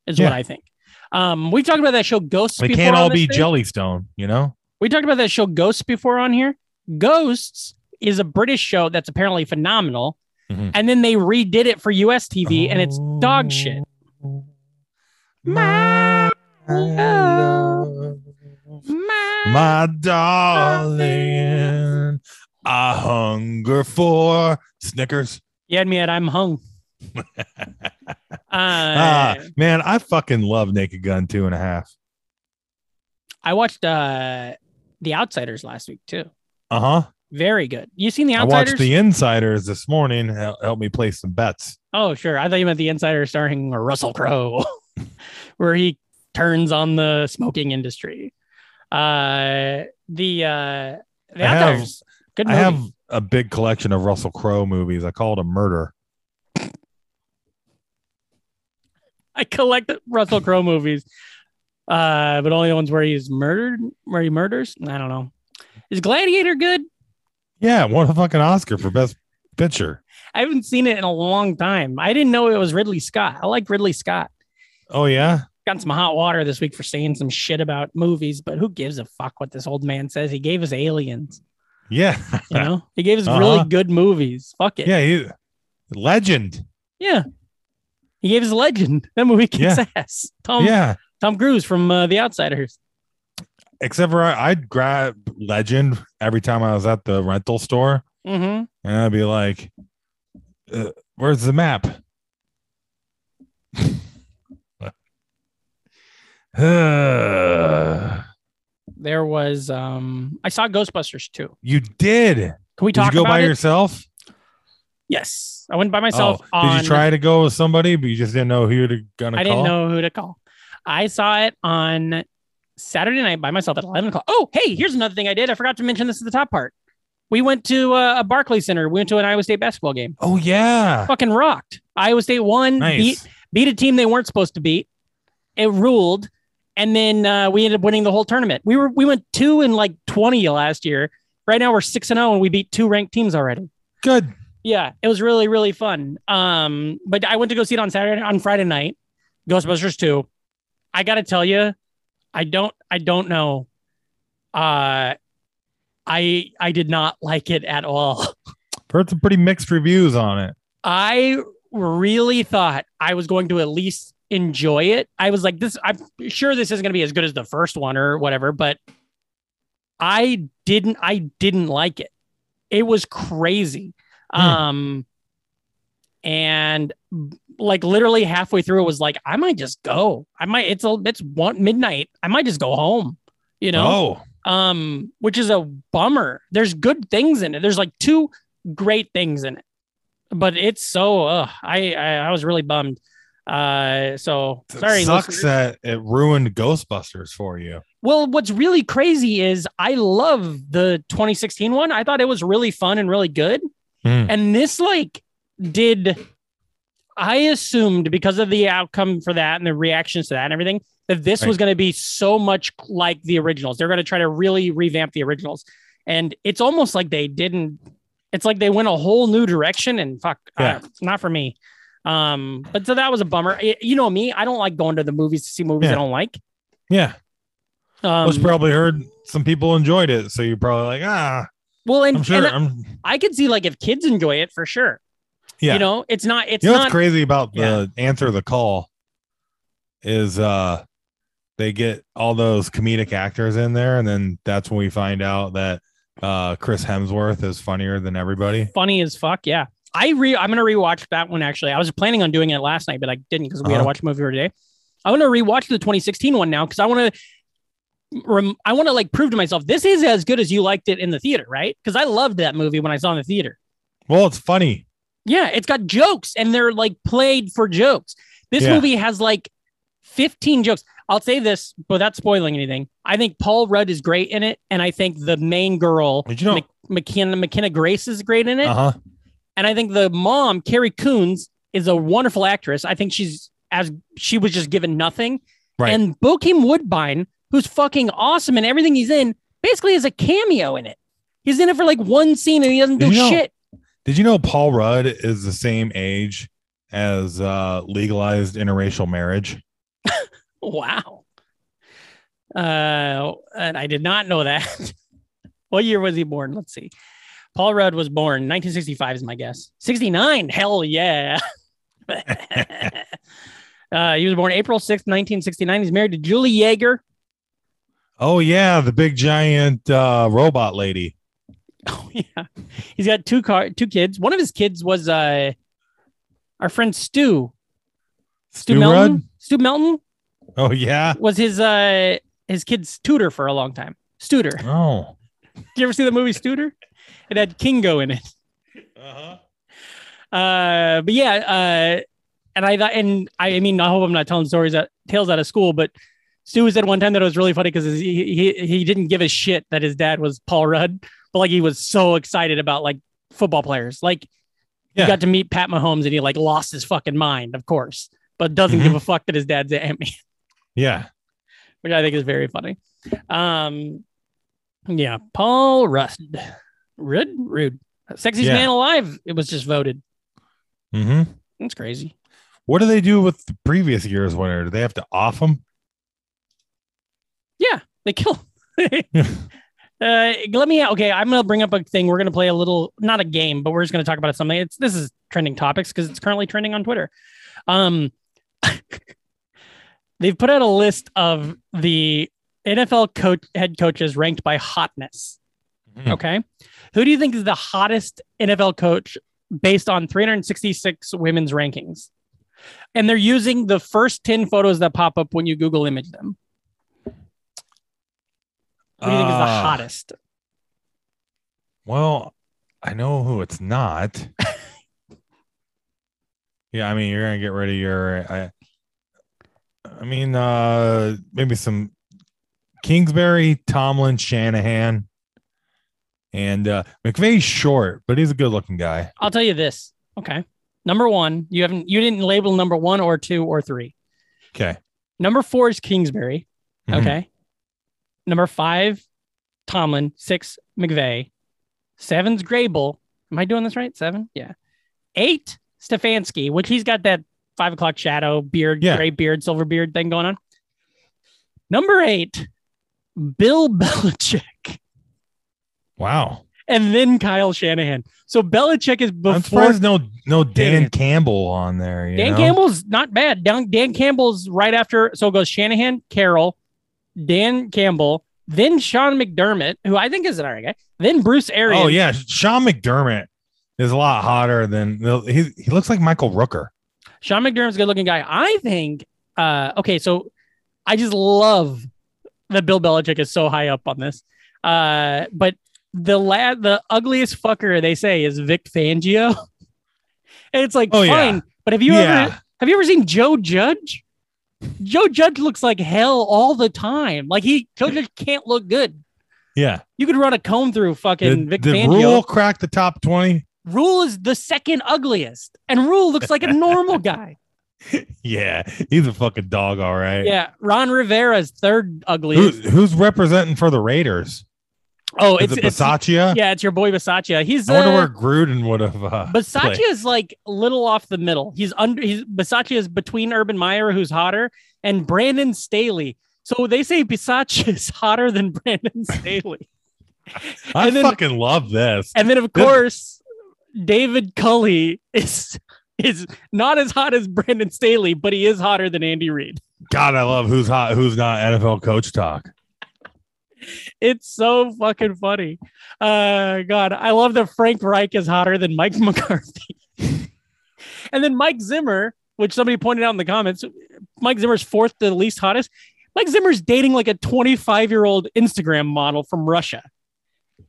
Is what Yeah. I think. Um, we talked about that show Ghosts. They before can't on all this be thing. Jellystone, you know? We talked about that show Ghosts before on here. Ghosts is a British show that's apparently phenomenal. Mhm. And then they redid it for US TV and it's Oh. dog shit. My, love. my darling, I hunger for Snickers. You had me at I'm hung. uh, Ah, man, I fucking love Naked Gun two and a half. I watched uh, The Outsiders last week too. Uh huh. Very good. You seen The I Outsiders? watched The Insiders this morning. Hel- Help me place some bets. oh, sure. I thought you meant The Insider starring Russell Crowe, where he turns on the smoking industry. Uh, the uh, The I have- Outsiders. good I movie. have a big collection of Russell Crowe movies. I call it a murder. I collect Russell Crowe movies, uh, but only the ones where he's murdered, where he murders. I don't know. Is Gladiator good? Yeah, won a fucking Oscar for best picture. I haven't seen it in a long time. I didn't know it was Ridley Scott. I like Ridley Scott. Oh yeah. Got some hot water this week for saying some shit about movies, but who gives a fuck what this old man says? He gave us aliens, Yeah. you know? he gave us Uh-huh. really good movies. Fuck it. Yeah, he legend. Yeah. He gave us legend. That movie kicks ass. Tom yeah. Tom Cruise from uh, The Outsiders. Except for I, I'd grab legend every time I was at the rental store Mm-hmm. and I'd be like, uh, where's the map? Uh, There was um I saw Ghostbusters too. you did. Can we Did talk you go about by it? yourself? yes, I went by myself. Oh, on, did you try to go with somebody, but you just didn't know who you're gonna I call? didn't know who to call. I saw it on Saturday night by myself at eleven o'clock. Oh, hey, here's another thing I did. I forgot to mention this at the top part. We went to uh, a Barclay Center. We went to an Iowa State basketball game. Oh yeah, Fucking rocked. Iowa State won. Beat nice. beat a team they weren't supposed to beat. It ruled, and then uh, we ended up winning the whole tournament. We were we went two and like twenty last year. Right now we're six and zero, and we beat two ranked teams already. Good. Yeah, it was really really fun. Um, but I went to go see it on Saturday on Friday night. Ghostbusters two, I gotta tell you, I don't I don't know. Uh I I did not like it at all. Heard some pretty mixed reviews on it. I really thought I was going to at least enjoy it. I was like, this, I'm sure this isn't going to be as good as the first one or whatever, but I didn't, I didn't like it. It was crazy. Hmm. Um, and like literally halfway through, it was like, I might just go. I might, it's a, it's one midnight. I might just go home, you know? Oh, um, which is a bummer. There's good things in it. There's like two great things in it, but it's so. Uh, I, I I was really bummed. Uh, so it sorry. sucks listeners. that it ruined Ghostbusters for you. Well, what's really crazy is I love the 2016 one. I thought it was really fun and really good. Hmm. And this like did I assumed because of the outcome for that and the reactions to that and everything that this was going to be so much like the originals. They're going to try to really revamp the originals. And it's almost like they didn't it's like they went a whole new direction and fuck Yeah. uh, it's not for me. Um but so that was a bummer. I- you know me, I don't like going to the movies to see movies Yeah. I don't like. Yeah, Um was probably heard some people enjoyed it, so you're probably like, ah, well and, I'm sure. um, and I'm I could see like if kids enjoy it for sure. yeah. You know, it's not it's you know not what's crazy about Yeah. the answer the call is uh they get all those comedic actors in there and then that's when we find out that uh chris hemsworth is funnier than everybody funny as fuck. Yeah. I re I'm gonna rewatch that one actually. I was planning on doing it last night, but I didn't because we had to Uh-huh. watch a movie today. I want to rewatch the 2016 one now because I want to rem- I want to like prove to myself this is as good as you liked it in the theater, right? Because I loved that movie when I saw it in the theater. well it's funny Yeah, it's got jokes and they're like played for jokes. This Yeah. movie has like 15 jokes. I'll say this without spoiling anything. I think Paul Rudd is great in it, and I think the main girl, Did you know- Mc- McKenna McKenna Grace, is great in it. uh-huh And I think the mom, Carrie Coons, is a wonderful actress. I think she's as she was just given nothing. Right. And Bokeem Woodbine, who's fucking awesome in everything he's in, basically is a cameo in it. He's in it for like one scene and he doesn't do You know- shit. did you know paul rudd is the same age as uh legalized interracial marriage Wow. Uh, and I did not know that. what year was he born? Let's see. Paul Rudd was born 1965 is my guess. 69. Hell yeah. uh, he was born April 6th, 1969. He's married to Julie Yeager. oh yeah the big giant uh robot lady Oh yeah. He's got two car two kids. One of his kids was uh our friend Stu. Stu, Stu Melton. Rudd? Stu Melton oh yeah was his uh his kid's tutor for a long time. Studer. oh you ever see the movie Studer? It had Kingo in it. uh-huh. Uh, but yeah, uh, and I thought, and I, I mean, I hope I'm not telling stories that tales out of school, but Stu said one time that it was really funny because he, he he didn't give a shit that his dad was Paul Rudd, but like he was so excited about like football players. Like he Yeah. got to meet Pat Mahomes and he like lost his fucking mind, of course, but doesn't Mhm. give a E. fuck that his dad's at me yeah which I think is very funny. Um, yeah, Paul Rust, Rudd, rude, sexiest Yeah. man alive. It was just voted. mm-hmm That's crazy. What do they do with the previous year's winner? Do they have to off them? Yeah, they kill. uh, let me. Okay, I'm gonna bring up a thing. We're gonna play a little, not a game, but we're just gonna talk about something. It's this is trending topics because it's currently trending on Twitter. Um, they've put out a list of the NFL coach head coaches ranked by hotness. Hmm. Okay. Who do you think is the hottest NFL coach based on 366 women's rankings? And they're using the first 10 photos that pop up when you Google image them. Who do you think is the Ah, hottest? Well, I know who it's not. yeah, I mean, you're gonna get rid of your. I, I mean, uh maybe some Kingsbury, Tomlin, Shanahan, and uh McVay's short, but he's a good-looking guy. I'll tell you this. Okay. Number one, you haven't you didn't label number one or two or three. Okay. Number four is Kingsbury. Mhm. Okay. Number five, Tomlin. Six, McVeigh. Seven's Grable. Am I doing this right? Seven? Yeah. Eight, Stefanski, which he's got that five o'clock shadow beard, Yeah. gray beard, silver beard thing going on. Number eight, Bill Belichick, Wow. and then Kyle Shanahan. So Belichick is I'm before surprised no no Dan Shanahan. Campbell on there. you Dan know? Campbell's not bad. Dan, Dan Campbell's right after. So it goes Shanahan, Carroll, Dan Campbell, then Sean McDermott, who I think is an all right guy, then Bruce Arians. Oh yeah, Sean McDermott is a lot hotter than he. He looks like Michael Rooker. Sean McDermott's a good looking guy. I think, uh, okay, so I just love that Bill Belichick is so high up on this. Uh, but the lad, the ugliest fucker they say is Vic Fangio. and it's like, Oh, yeah. fine, but have you ever yeah, Have you ever seen Joe Judge? Joe Judge looks like hell all the time. Like he Joe Judge can't look good. yeah. You could run a comb through fucking Did, Vic did Fangio. Rule Rule, crack the top twenty? is the second ugliest, and Rule looks like a normal guy. Yeah, he's a fucking dog, all right. Yeah, Ron Rivera's third Who, ugliest. who's representing for the Raiders? oh, Is it's, it it's Basaccia? yeah, it's your boy Basaccia. He's I wonder where uh, Gruden would have. Uh, played. Basaccia is like a little off the middle. He's under. He's Basaccia is between Urban Meyer, who's hotter, and Brandon Staley. So they say Basaccia is hotter than Brandon Staley. I and then- fucking love this. And then of Good. course, David Cully is is not as hot as Brandon Staley, but he is hotter than Andy Reid. God, I love who's hot, who's not NFL coach talk. It's so fucking funny. Uh God, I love that Frank Reich is hotter than Mike McCarthy. and then Mike Zimmer, which somebody pointed out in the comments, Mike Zimmer's fourth to the least hottest. Mike Zimmer's dating like a 25-year-old Instagram model from Russia.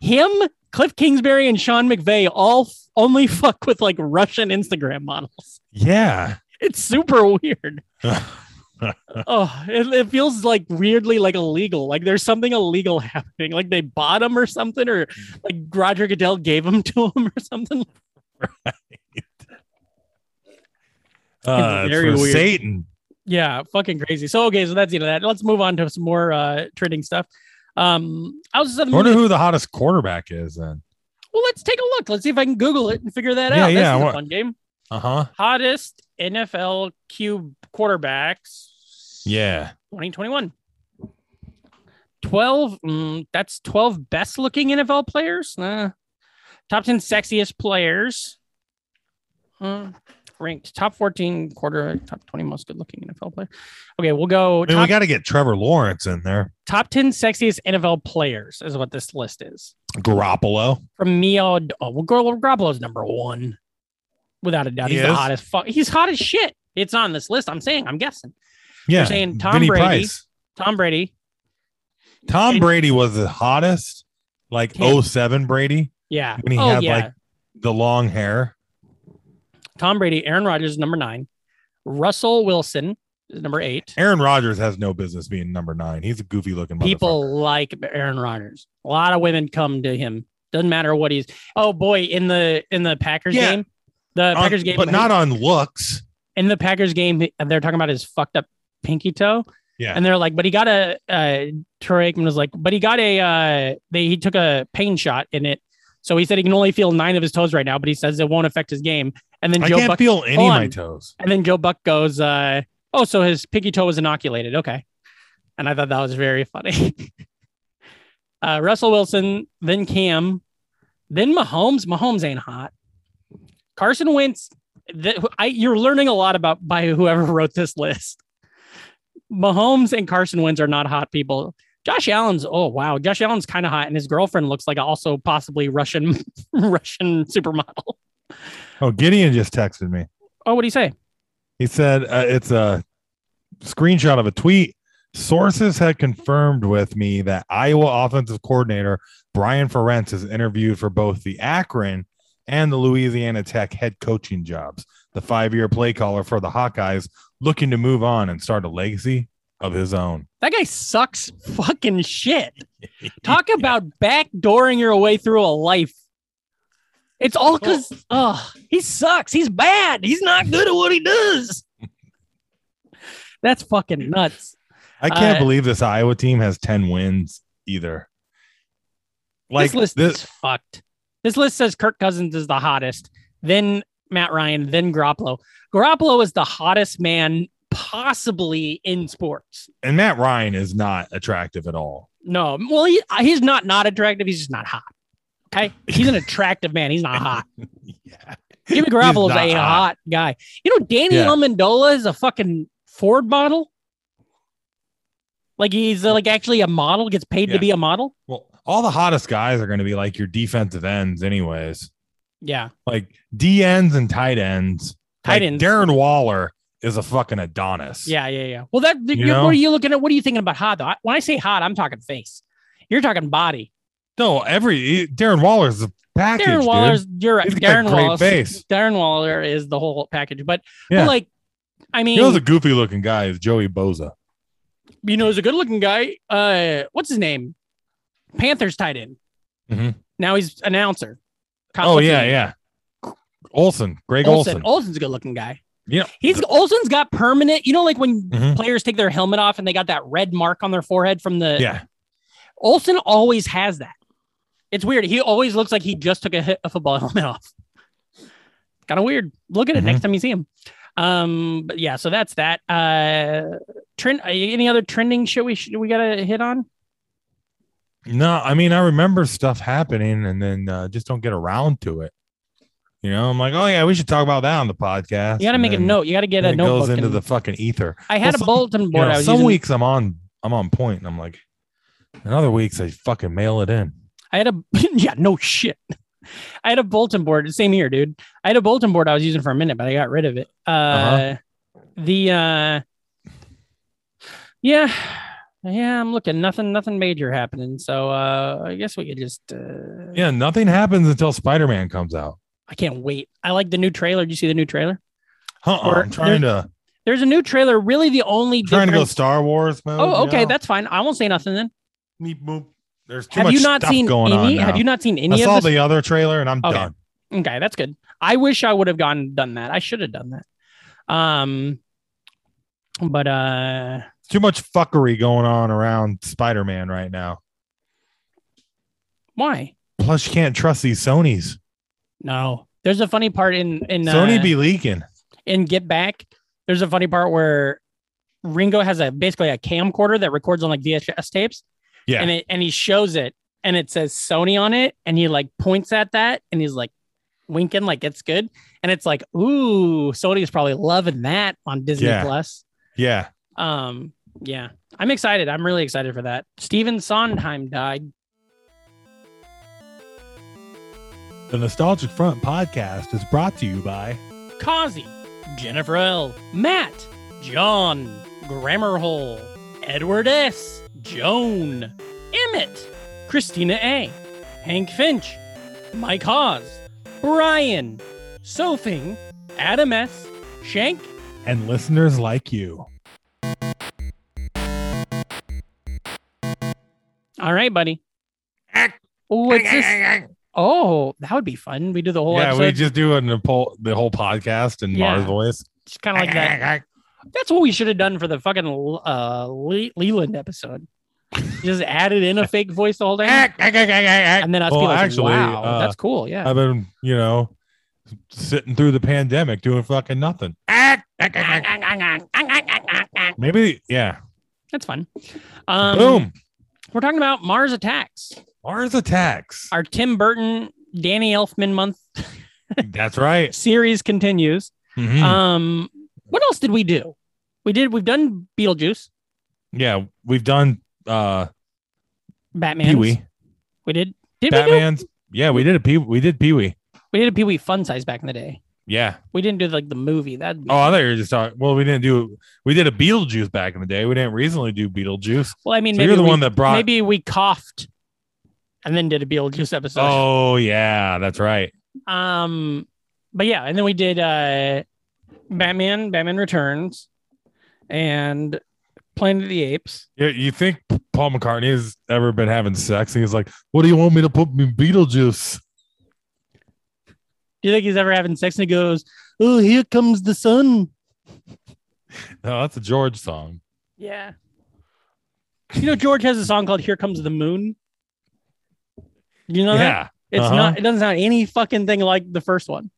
Him, Cliff Kingsbury, and Sean McVay all f- only fuck with like Russian Instagram models. Yeah. It's super weird. oh, it, it feels like weirdly like illegal. Like there's something illegal happening. Like they bought him or something, or like Roger Goodell gave him to him or something. Uh, it's very for weird. Satan. Yeah, fucking crazy. So okay, so that's the end of that. Let's move on to some more uh trending stuff. Um, I was just I wonder who the hottest quarterback is then. well, let's take a look. Let's see if I can Google it and figure that Yeah, out. yeah, this is what- a fun game. Uh Uh-huh. huh. Hottest NFL cube quarterbacks. Yeah. 2021. 12, mm, that's 12 best looking NFL players. Nah. Top 10 sexiest players. Hmm. ranked top 14 quarter, top 20 most good looking NFL player. Okay, we'll go I mean, we top, got to get Trevor Lawrence in there. top 10 sexiest NFL players is what this list is. Garoppolo. From Mio, oh, we'll go Garoppolo's number one. Without a doubt. He he's the is? hottest fuck. He's hot as shit. It's on this list. I'm saying, I'm guessing. Yeah. saying Tom Brady. Tom Brady. Tom And- Brady was the hottest, like Ten. 07 Brady Yeah. when he oh, had yeah. like the long hair. Tom Brady, Aaron Rodgers, is number nine. Russell Wilson is number eight. Aaron Rodgers has no business being number nine. He's a goofy looking motherfucker. People like Aaron Rodgers. A lot of women come to him. Doesn't matter what he's. Oh boy, in the in the Packers Yeah. game, the On- uh, Packers game, but not on looks. in the Packers game. They're talking about his fucked up pinky toe. Yeah. and they're like, but he got a. Uh, Troy Aikman was like, but he got a. Uh, they he took a pain shot in it, so he said he can only feel nine of his toes right now, but he says it won't affect his game. And then I Joe can't Buck feel any of Hold my on. toes. And then Joe Buck goes, uh, "Oh, so his pinky toe was inoculated." Okay, and I thought that was very funny. uh, Russell Wilson, then Cam, then Mahomes. Mahomes ain't hot. Carson Wentz. Th- I, you're learning a lot about by whoever wrote this list. Mahomes and Carson Wentz are not hot people. Josh Allen's oh wow, Josh Allen's kind of hot, and his girlfriend looks like also possibly Russian Russian supermodel. Oh, Gideon just texted me. Oh, what do you say? He said uh, it's a screenshot of a tweet. Sources had confirmed with me that Iowa offensive coordinator Brian Ferentz is interviewed for both the Akron and the Louisiana Tech head coaching jobs. The five-year play caller for the Hawkeyes looking to move on and start a legacy of his own. That guy sucks fucking shit. Talk about backdooring your way through a life. It's all because oh, he sucks. He's bad. He's not good at what he does. That's fucking nuts. I can't Uh, believe this Iowa team has 10 wins either. Like this list this, is fucked. This list says Kirk Cousins is the hottest, then Matt Ryan, then Garoppolo. Garoppolo is the hottest man po- possibly in sports. And Matt Ryan is not attractive at all. No, well, he, he's not not attractive. He's just not hot. Okay, he's an attractive man. He's not hot. Yeah. Jimmy Garoppolo's not a hot. hot. guy. You know, Danny Yeah. Amendola is a fucking Ford model. Like he's uh, like actually a model, gets paid Yeah. to be a model. Well, all the hottest guys are going to be like your defensive ends, anyways. Yeah, Like D ends and tight ends. tight Like, ends. Darren Waller is a fucking Adonis. Yeah, yeah, yeah. Well, that You you know? what are you looking at? What are you thinking about hot? Though I- when I say hot, I'm talking face. You're talking body. No, every e, Darren Waller is a package. Darren dude. Waller's. You're right. He's got Darren great Waller. face. Darren Waller is the whole package. But, but, Yeah. like, I mean, You know, who's a goofy looking guy is Joey Boza. you know, he's a good-looking guy. Uh, what's his name? Panthers tight end. Mhm. Now he's announcer. Oh, yeah, yeah. Olson, Greg Olson. Olson. Olson's a good-looking guy. Yeah. He's Olson's got permanent. You know, like when Mhm. players take their helmet off and they got that red mark on their forehead from the Yeah. Olson always has that. It's weird. He always looks like he just took a, hit, a football helmet off. kind of weird. Look at it Mhm. next time you see him. Um, but yeah, so that's that. Uh, trend. uh, Any other trending shit we should, we gotta hit on? No, I mean, I remember stuff happening and then uh, just don't get around to it. You know, I'm like, oh, yeah, we should talk about that on the podcast. You gotta And make a then- note. You gotta get a then it notebook. goes into and- the fucking ether. I had well, some- a bulletin You board. know, I was some using, weeks I'm on I'm on point and I'm like, and other weeks I fucking mail it in. I had a yeah, no shit. I had a bulletin board. Same here, dude. I had a bulletin board I was using for a minute, but I got rid of it. Uh, Uh-huh. The uh, yeah, yeah. I'm looking. Nothing, nothing major happening. So uh, I guess we could just. Uh, Yeah, nothing happens until Spider Man comes out. I can't wait. I like the new trailer. Did you see the new trailer? Huh? Or I'm trying to There's a new trailer. Really, the only trying to go difference- Star Wars mode. Oh, you okay, know? that's fine. I won't say nothing then. Meep, boop. There's too Have much you not stuff seen going on. any? Now. Have you not seen any I of saw this? the other trailer and I'm Okay. done. Okay, that's good. I wish I would have gone done that. I should have done that. Um, but uh, Too much fuckery going on around Spider Man right now. why? Plus, you can't trust these Sony's. No, there's a funny part in in uh, Sony be leaking. in Get Back. There's a funny part where Ringo has a basically a camcorder that records on like VHS tapes. Yeah. and it and he shows it and it says Sony on it and he like points at that and he's like winking like it's good and it's like ooh Sony's probably loving that on Disney Yeah. Plus. Yeah. Um, yeah, I'm excited. I'm really excited for that. Steven Sondheim died. The Nostalgic Front podcast is brought to you by Kazi, Jennifer L, Matt, John, Grammarhole, Edward S, Joan, Emmett, Christina A, Hank Finch, Mike Hawes, Brian, Sophing, Adam S, Shank, and listeners like you. All right, buddy. Oh, what's this? Oh, that would be fun. We do the whole yeah, we episode. just do an, the whole the whole podcast in Yeah. Mars voice. Just kind of like that. That's what we should have done for the fucking uh, Le- Leland episode. Just added in a fake voice the whole time, and then us Well, be like, actually, "Wow, uh, that's cool." Yeah, I've been, you know, sitting through the pandemic doing fucking nothing. Maybe, yeah. that's fun. Um, Boom. We're talking about Mars Attacks, Mars attacks. our Tim Burton, Danny Elfman month That's right. series continues. Mhm. Um, what else did we do? We did. We've done Beetlejuice, yeah, we've done uh Pee Batman. Wee, We did. Did we do? Batman's. Yeah, we did a Pee. We did Pee Wee. We did a Pee Wee fun size back in the day. Yeah. We didn't do like the movie. That Oh, I thought you were just talking. Well, we didn't do. We did a Beetlejuice back in the day. We didn't recently do Beetlejuice. well, I mean, So maybe you're the we- one that brought. maybe we coughed and then did a Beetlejuice episode. oh yeah, that's right. Um, but yeah, and then we did uh, Batman, Batman Returns, and Planet of the Apes. Yeah, you think Paul McCartney has ever been having sex? And he's like, "What do you want me to put me Beetlejuice?" Do you think he's ever having sex and he goes, "Oh, here comes the sun"? No, that's a George song. Yeah. You know, George has a song called "Here Comes the Moon." You know that yeah, it's uh-huh. not. It doesn't sound any fucking thing like the first one.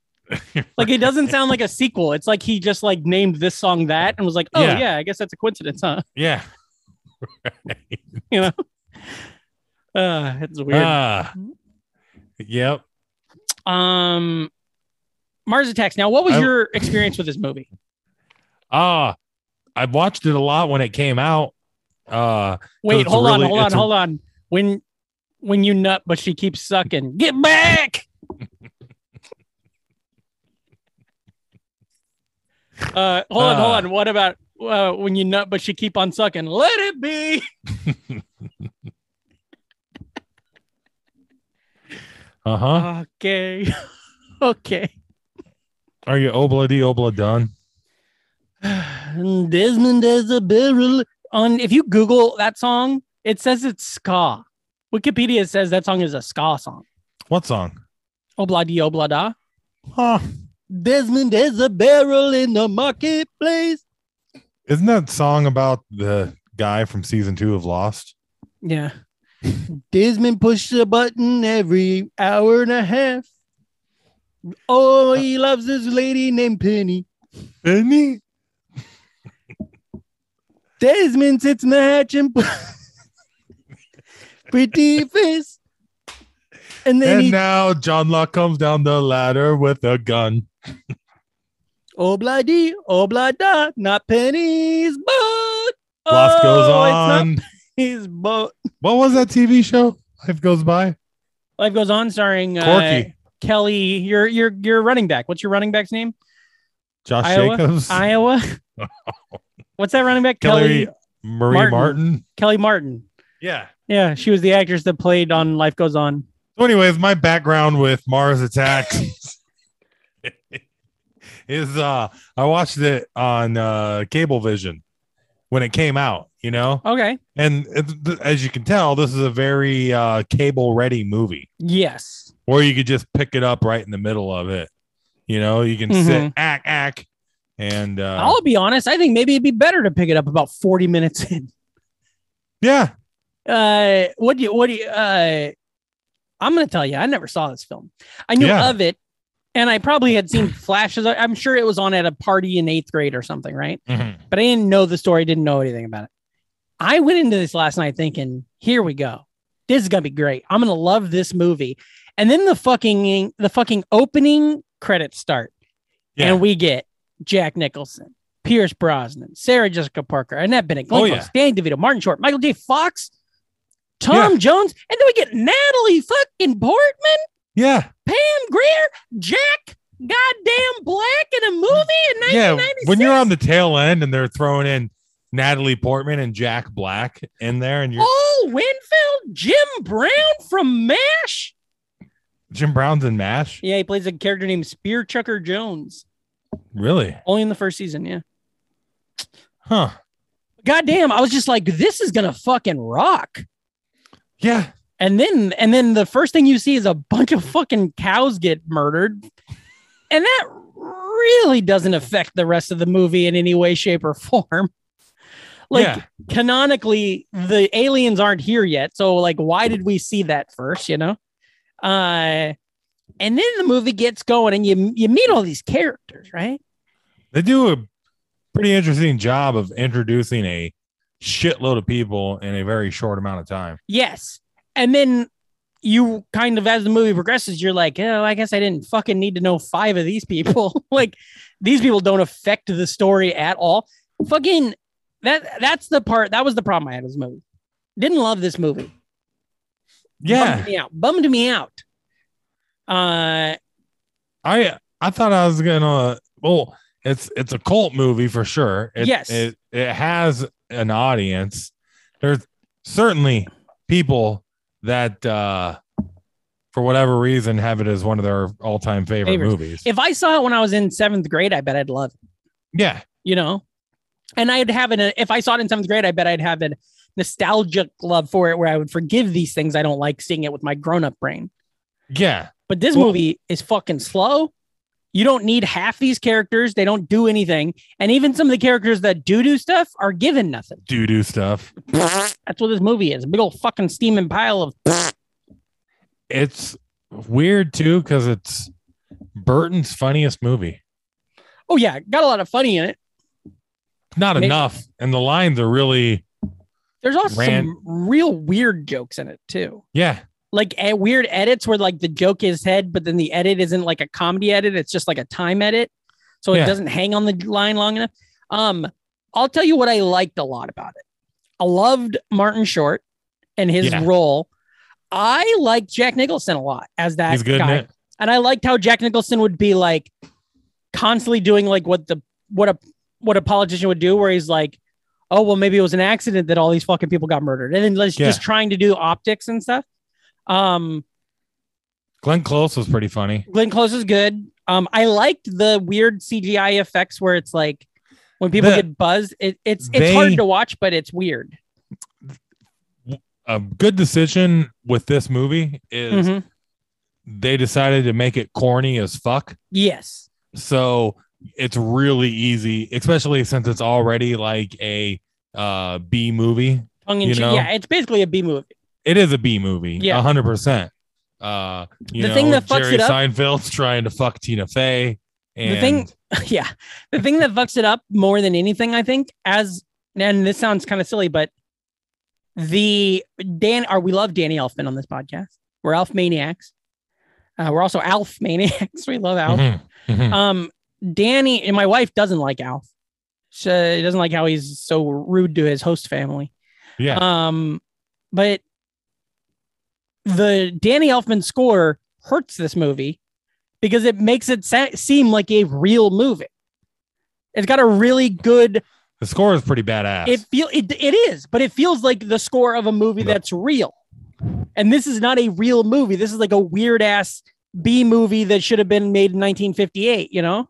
Like it doesn't sound like a sequel. It's like he just like named this song that and was like, oh Yeah. yeah, I guess that's a coincidence, huh? yeah. Uh, it's weird. Ah. yep. um, Mars Attacks. Now, what was uh, I- your experience with this movie? Ah. I watched it a lot when it came out. Uh Wait, it's a hold on, really- hold on, it's a- hold on. When when you nut, but she keeps sucking. Get back. uh, hold on, hold Ah. on. What about uh, when you nut, but she keep on sucking? Let it be. uh-huh. Okay, okay. Are you obla di obla done? Desmond does a barrel on. If you Google that song, it says it's ska. Wikipedia says that song is a ska song. What song? Obla di obla da. Huh. Desmond has a barrel in the marketplace. Isn't that song about the guy from season two of Lost? Yeah. Desmond pushes a button every hour and a half. Oh, he loves this lady named Penny. Isn't he? Desmond sits in the hatch and pu- pretty face. And then And he now John Locke comes down the ladder with a gun. Oh bloody, oh blada, not Penny's boat. Life goes Oh, it's on. not Penny's boat. What was that TV show? Life goes by. Life goes on, starring uh, Corky. Kelly. Your your your running back. What's your running back's name? Josh Iowa? Jacobs. Iowa. What's that running back? Kelly Kelly Marie Martin. Martin. Kelly Martin. Yeah. Yeah, she was the actress that played on Life Goes On. So, anyways, my background with Mars Attacks is uh I watched it on uh Cablevision when it came out, you know? Okay. And it, th- as you can tell, this is a very uh cable ready movie. Yes. or you could just pick it up right in the middle of it. You know, you can Mm-hmm. sit ack ack, and uh, I'll be honest. I think maybe it'd be better to pick it up about forty minutes in. yeah, Uh, what do you? What do you? Uh, I'm gonna tell you. I never saw this film. I knew Yeah. of it, and I probably had seen flashes. I- I'm sure it was on at a party in eighth grade or something, right? but I didn't know the story, didn't know anything about it. I went into this last night thinking, here we go. This is gonna be great. I'm gonna love this movie. And then the fucking the fucking opening credits start. yeah, And we get Jack Nicholson, Pierce Brosnan, Sarah Jessica Parker, Annette Bennett, Glenn Oh, Close, yeah. Danny DeVito, Martin Short, Michael J. Fox, Tom Jones, and then we get Natalie fucking Portman, yeah, Pam Greer, Jack Goddamn Black in a movie in 1996. yeah. When you're on the tail end and they're throwing in Natalie Portman and Jack Black in there, and you're Oh, Winfield, Jim Brown from MASH. Jim Brown's in Mash, Yeah, he plays a character named Spear Chucker Jones. really? Only in the first season, yeah. Huh? Goddamn, I was just like, this is gonna fucking rock. Yeah, And then and then the first thing you see is a bunch of fucking cows get murdered. And that really doesn't affect the rest of the movie in any way, shape, or form. Like yeah, canonically the aliens aren't here yet so like why did we see that first you know uh and then the movie gets going and you you meet all these characters right they do a pretty interesting job of introducing a shitload of people in a very short amount of time. yes and then you kind of as the movie progresses you're like oh i guess i didn't fucking need to know five of these people like these people don't affect the story at all fucking that that's the part that was the problem i had with this movie didn't love this movie Yeah, bummed me out. Bummed me out. Uh, I I thought I was gonna. Well, it's it's a cult movie for sure. It, Yes. it it has an audience. There's certainly people that, uh for whatever reason, have it as one of their all-time favorite Favorites. movies. if I saw it when I was in seventh grade, I bet I'd love it. yeah, You know, and I'd have an if I saw it in seventh grade, I bet I'd have a nostalgic love for it, where I would forgive these things I don't like seeing it with my grown up brain. yeah, But this Well- movie is fucking slow. You don't need half these characters; they don't do anything, and even some of the characters that do do stuff are given nothing. doo doo stuff. That's what this movie is—a big old fucking steaming pile of It's weird too because it's Burton's funniest movie. Oh yeah, got a lot of funny in it. Not Maybe- enough. And the lines are really, There's also Ran- some real weird jokes in it too. yeah, Like eh, weird edits where like the joke is head, but then the edit isn't like a comedy edit. It's just like a time edit, so it Yeah. doesn't hang on the line long enough. Um, I'll tell you what I liked a lot about it. I loved Martin Short and his Yeah. role. I liked Jack Nicholson a lot as that he's good in guy. it. and I liked how Jack Nicholson would be like constantly doing like what the what a what a politician would do, where he's like, "Oh well, maybe it was an accident that all these fucking people got murdered," and then like, Yeah. just trying to do optics and stuff. Um, Glenn Close was pretty funny. Glenn Close is good. Um, I liked the weird CGI effects where it's like when people The- get buzzed, it, it's it's they- hard to watch, but it's weird. A good decision with this movie is Mhm. they decided to make it corny as fuck. Yes, So it's really easy, especially since it's already like a uh, B movie. tongue in You cheek. know? Yeah, it's basically a B movie. It is a B movie, Yeah. yeah, hundred percent. Uh, you The know, thing that fucks Jerry it up- Seinfeld's trying to fuck Tina Fey, and The thing- yeah. The thing that fucks it up more than anything, I think, as and this sounds kind of silly, but the Dan are we love Danny Elfman on this podcast. We're Elf maniacs. Uh, we're also Alf maniacs. We love Alf. Mhm, mhm. Um, Danny and my wife doesn't like Alf. She doesn't like how he's so rude to his host family. yeah, Um, but the Danny Elfman score hurts this movie because it makes it sa- seem like a real movie. It's got a really good. the score is pretty badass. It feel it, it is, but it feels like the score of a movie No. that's real. And this is not a real movie. This is like a weird ass B movie that should have been made in 1958. You know,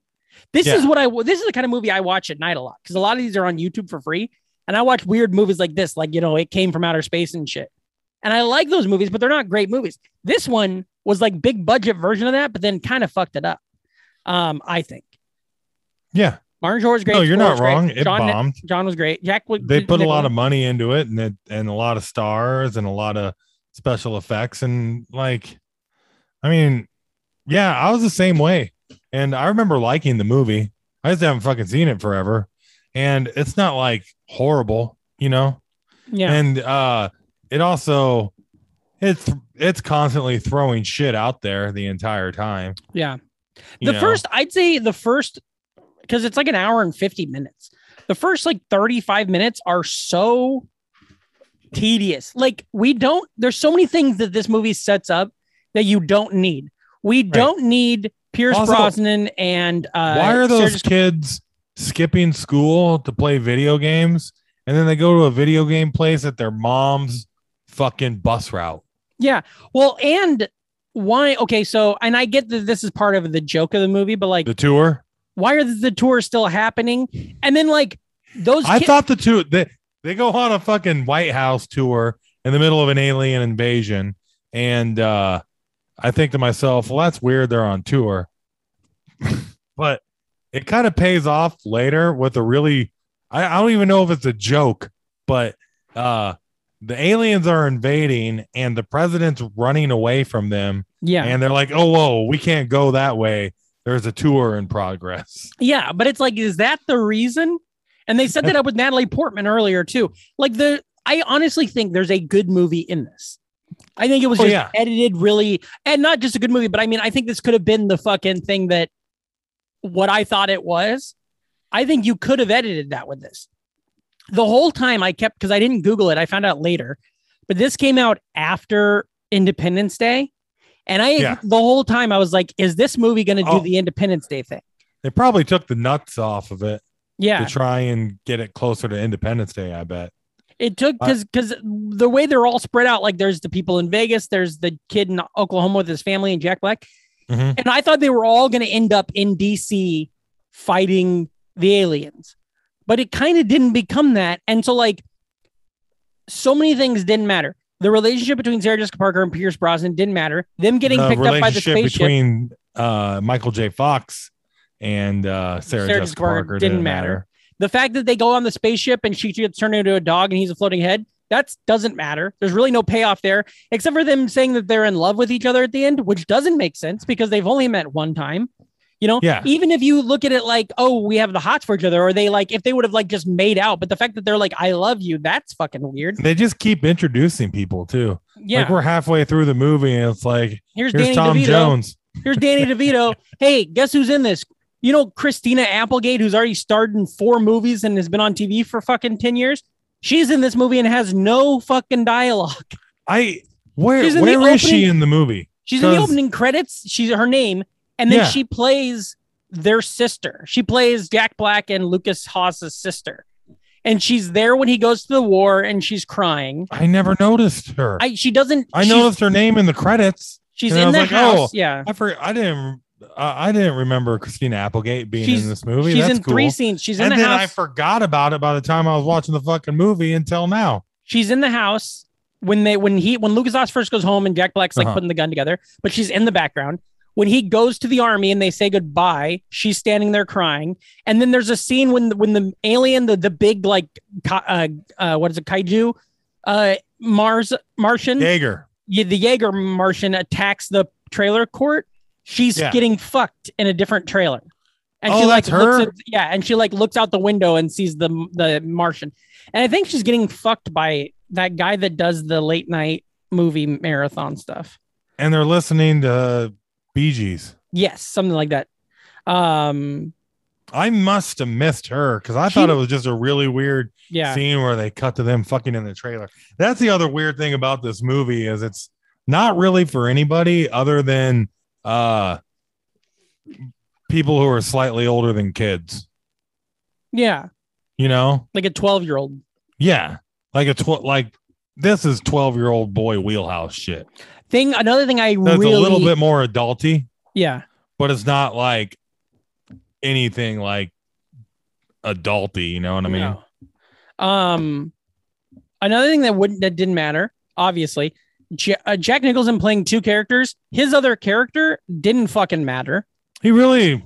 this is Yeah. what I. wa- This is the kind of movie I watch at night a lot because a lot of these are on YouTube for free, and I watch weird movies like this, like you know, it came from outer space and shit. And I like those movies, but they're not great movies. This one was like big budget version of that, but then kind of fucked it up. Um, I think yeah, Martin Short's great. no, you're not Score's great. wrong. It John, bombed. John was great. Jack. was- They put a lot Nicholas- of money into it, and it, and a lot of stars, and a lot of special effects, and like, I mean, yeah, I was the same way, and I remember liking the movie. I just haven't fucking seen it forever, and it's not like horrible, you know. Yeah. and uh it also it's it's constantly throwing shit out there the entire time yeah. you The know? first, I'd say the first, because it's like an hour and 50 minutes. The first like 35 minutes are so tedious. Like, we don't, there's so many things that this movie sets up that you don't need. We don't need Pierce Also, Brosnan and uh, why are Sarah those Jessica- kids skipping school to play video games and then they go to a video game place at their mom's fucking bus route yeah. Well, and why? Okay. So, and I get that this is part of the joke of the movie, but like, the tour why are the tours still happening? And then like, those i ki- thought the two they, they go on a fucking white house tour in the middle of an alien invasion and uh i think to myself well that's weird they're on tour but it kind of pays off later with a really I, I don't even know if it's a joke but uh the aliens are invading and the president's running away from them yeah. and they're like oh whoa we can't go that way there's a tour in progress Yeah, but it's like, is that the reason? And they set that up with Natalie Portman earlier too. Like the, I honestly think there's a good movie in this. I think it was Oh, just yeah. edited really, and not just a good movie, but I mean, I think this could have been the fucking thing that what I thought it was. I think you could have edited that with this. The whole time I kept because I didn't Google it. I found out later, but this came out after Independence Day, and I Yeah. the whole time I was like, "Is this movie going to Oh. do the Independence Day thing?" they probably took the nuts off of it Yeah, to try and get it closer to Independence Day. I bet. It took Uh, because because the way they're all spread out, like there's the people in Vegas, there's the kid in Oklahoma with his family and Jack Black, Mhm. and I thought they were all going to end up in D.C. fighting the aliens, but it kind of didn't become that, and so like so many things didn't matter. The relationship between Sarah Jessica Parker and Pierce Brosnan didn't matter. Them getting the picked up by the relationship spaceship between uh, Michael J. Fox and uh, Sarah, Sarah Jessica Parker, didn't, matter. The fact that they go on the spaceship and she gets turned into a dog and he's a floating head, that doesn't matter. There's really no payoff there, except for them saying that they're in love with each other at the end, which doesn't make sense because they've only met one time. You know, Yeah. even if you look at it like, oh, we have the hots for each other, or they like, if they would have like just made out, but the fact that they're like, I love you, that's fucking weird. They just keep introducing people too. Yeah. Like we're halfway through the movie and it's like, here's here's, Danny Tom DeVito. Jones. Here's Danny DeVito. Hey, guess who's in this? You know, Christina Applegate, who's already starred in four movies and has been on TV for fucking 10 years. She's in this movie and has no fucking dialogue. I where She's in the where is she opening- in the movie? She's in the 'Cause- opening credits. She's her name. And then Yeah. she plays their sister. She plays Jack Black and Lucas Haas's sister. And she's there when he goes to the war and she's crying. I never noticed her. I, I she doesn't she's- noticed her name in the credits. she's and I in was the like, house. oh, yeah. I forgot. I didn't. I I didn't remember Christina Applegate being She's- in this movie. she's That's in cool. three scenes. She's in and the then house. I forgot about it by the time I was watching the fucking movie until now. she's in the house when they when he when Lucas Oss first goes home and Jack Black's like Uh-huh. putting the gun together, but she's in the background. When he goes to the army and they say goodbye, she's standing there crying. And then there's a scene when the, when the alien, the the big like ka- uh, uh, what is it, kaiju, uh, Mars Martian, Jaeger. yeah, the Jaeger Martian attacks the trailer court. She's Yeah. getting fucked in a different trailer. And she Oh, like that's her? looks at, yeah, and she like looks out the window and sees the the Martian. And I think she's getting fucked by that guy that does the late night movie marathon stuff. And they're listening to Bee Gees. Yes, something like that. Um I must have missed her because I She- thought it was just a really weird yeah. scene where they cut to them fucking in the trailer. That's the other weird thing about this movie is it's not really for anybody other than uh people who are slightly older than kids, Yeah. you know? Like a 12-year-old. Yeah. Like a tw- like this is 12-year-old boy wheelhouse shit. Thing another thing I So really it's a little bit more adulty, Yeah. but it's not like anything like adulty, you know what I mean? No. Um, another thing that wouldn't that didn't matter, obviously. J- uh, Jack Nicholson playing two characters. His other character didn't fucking matter. He really,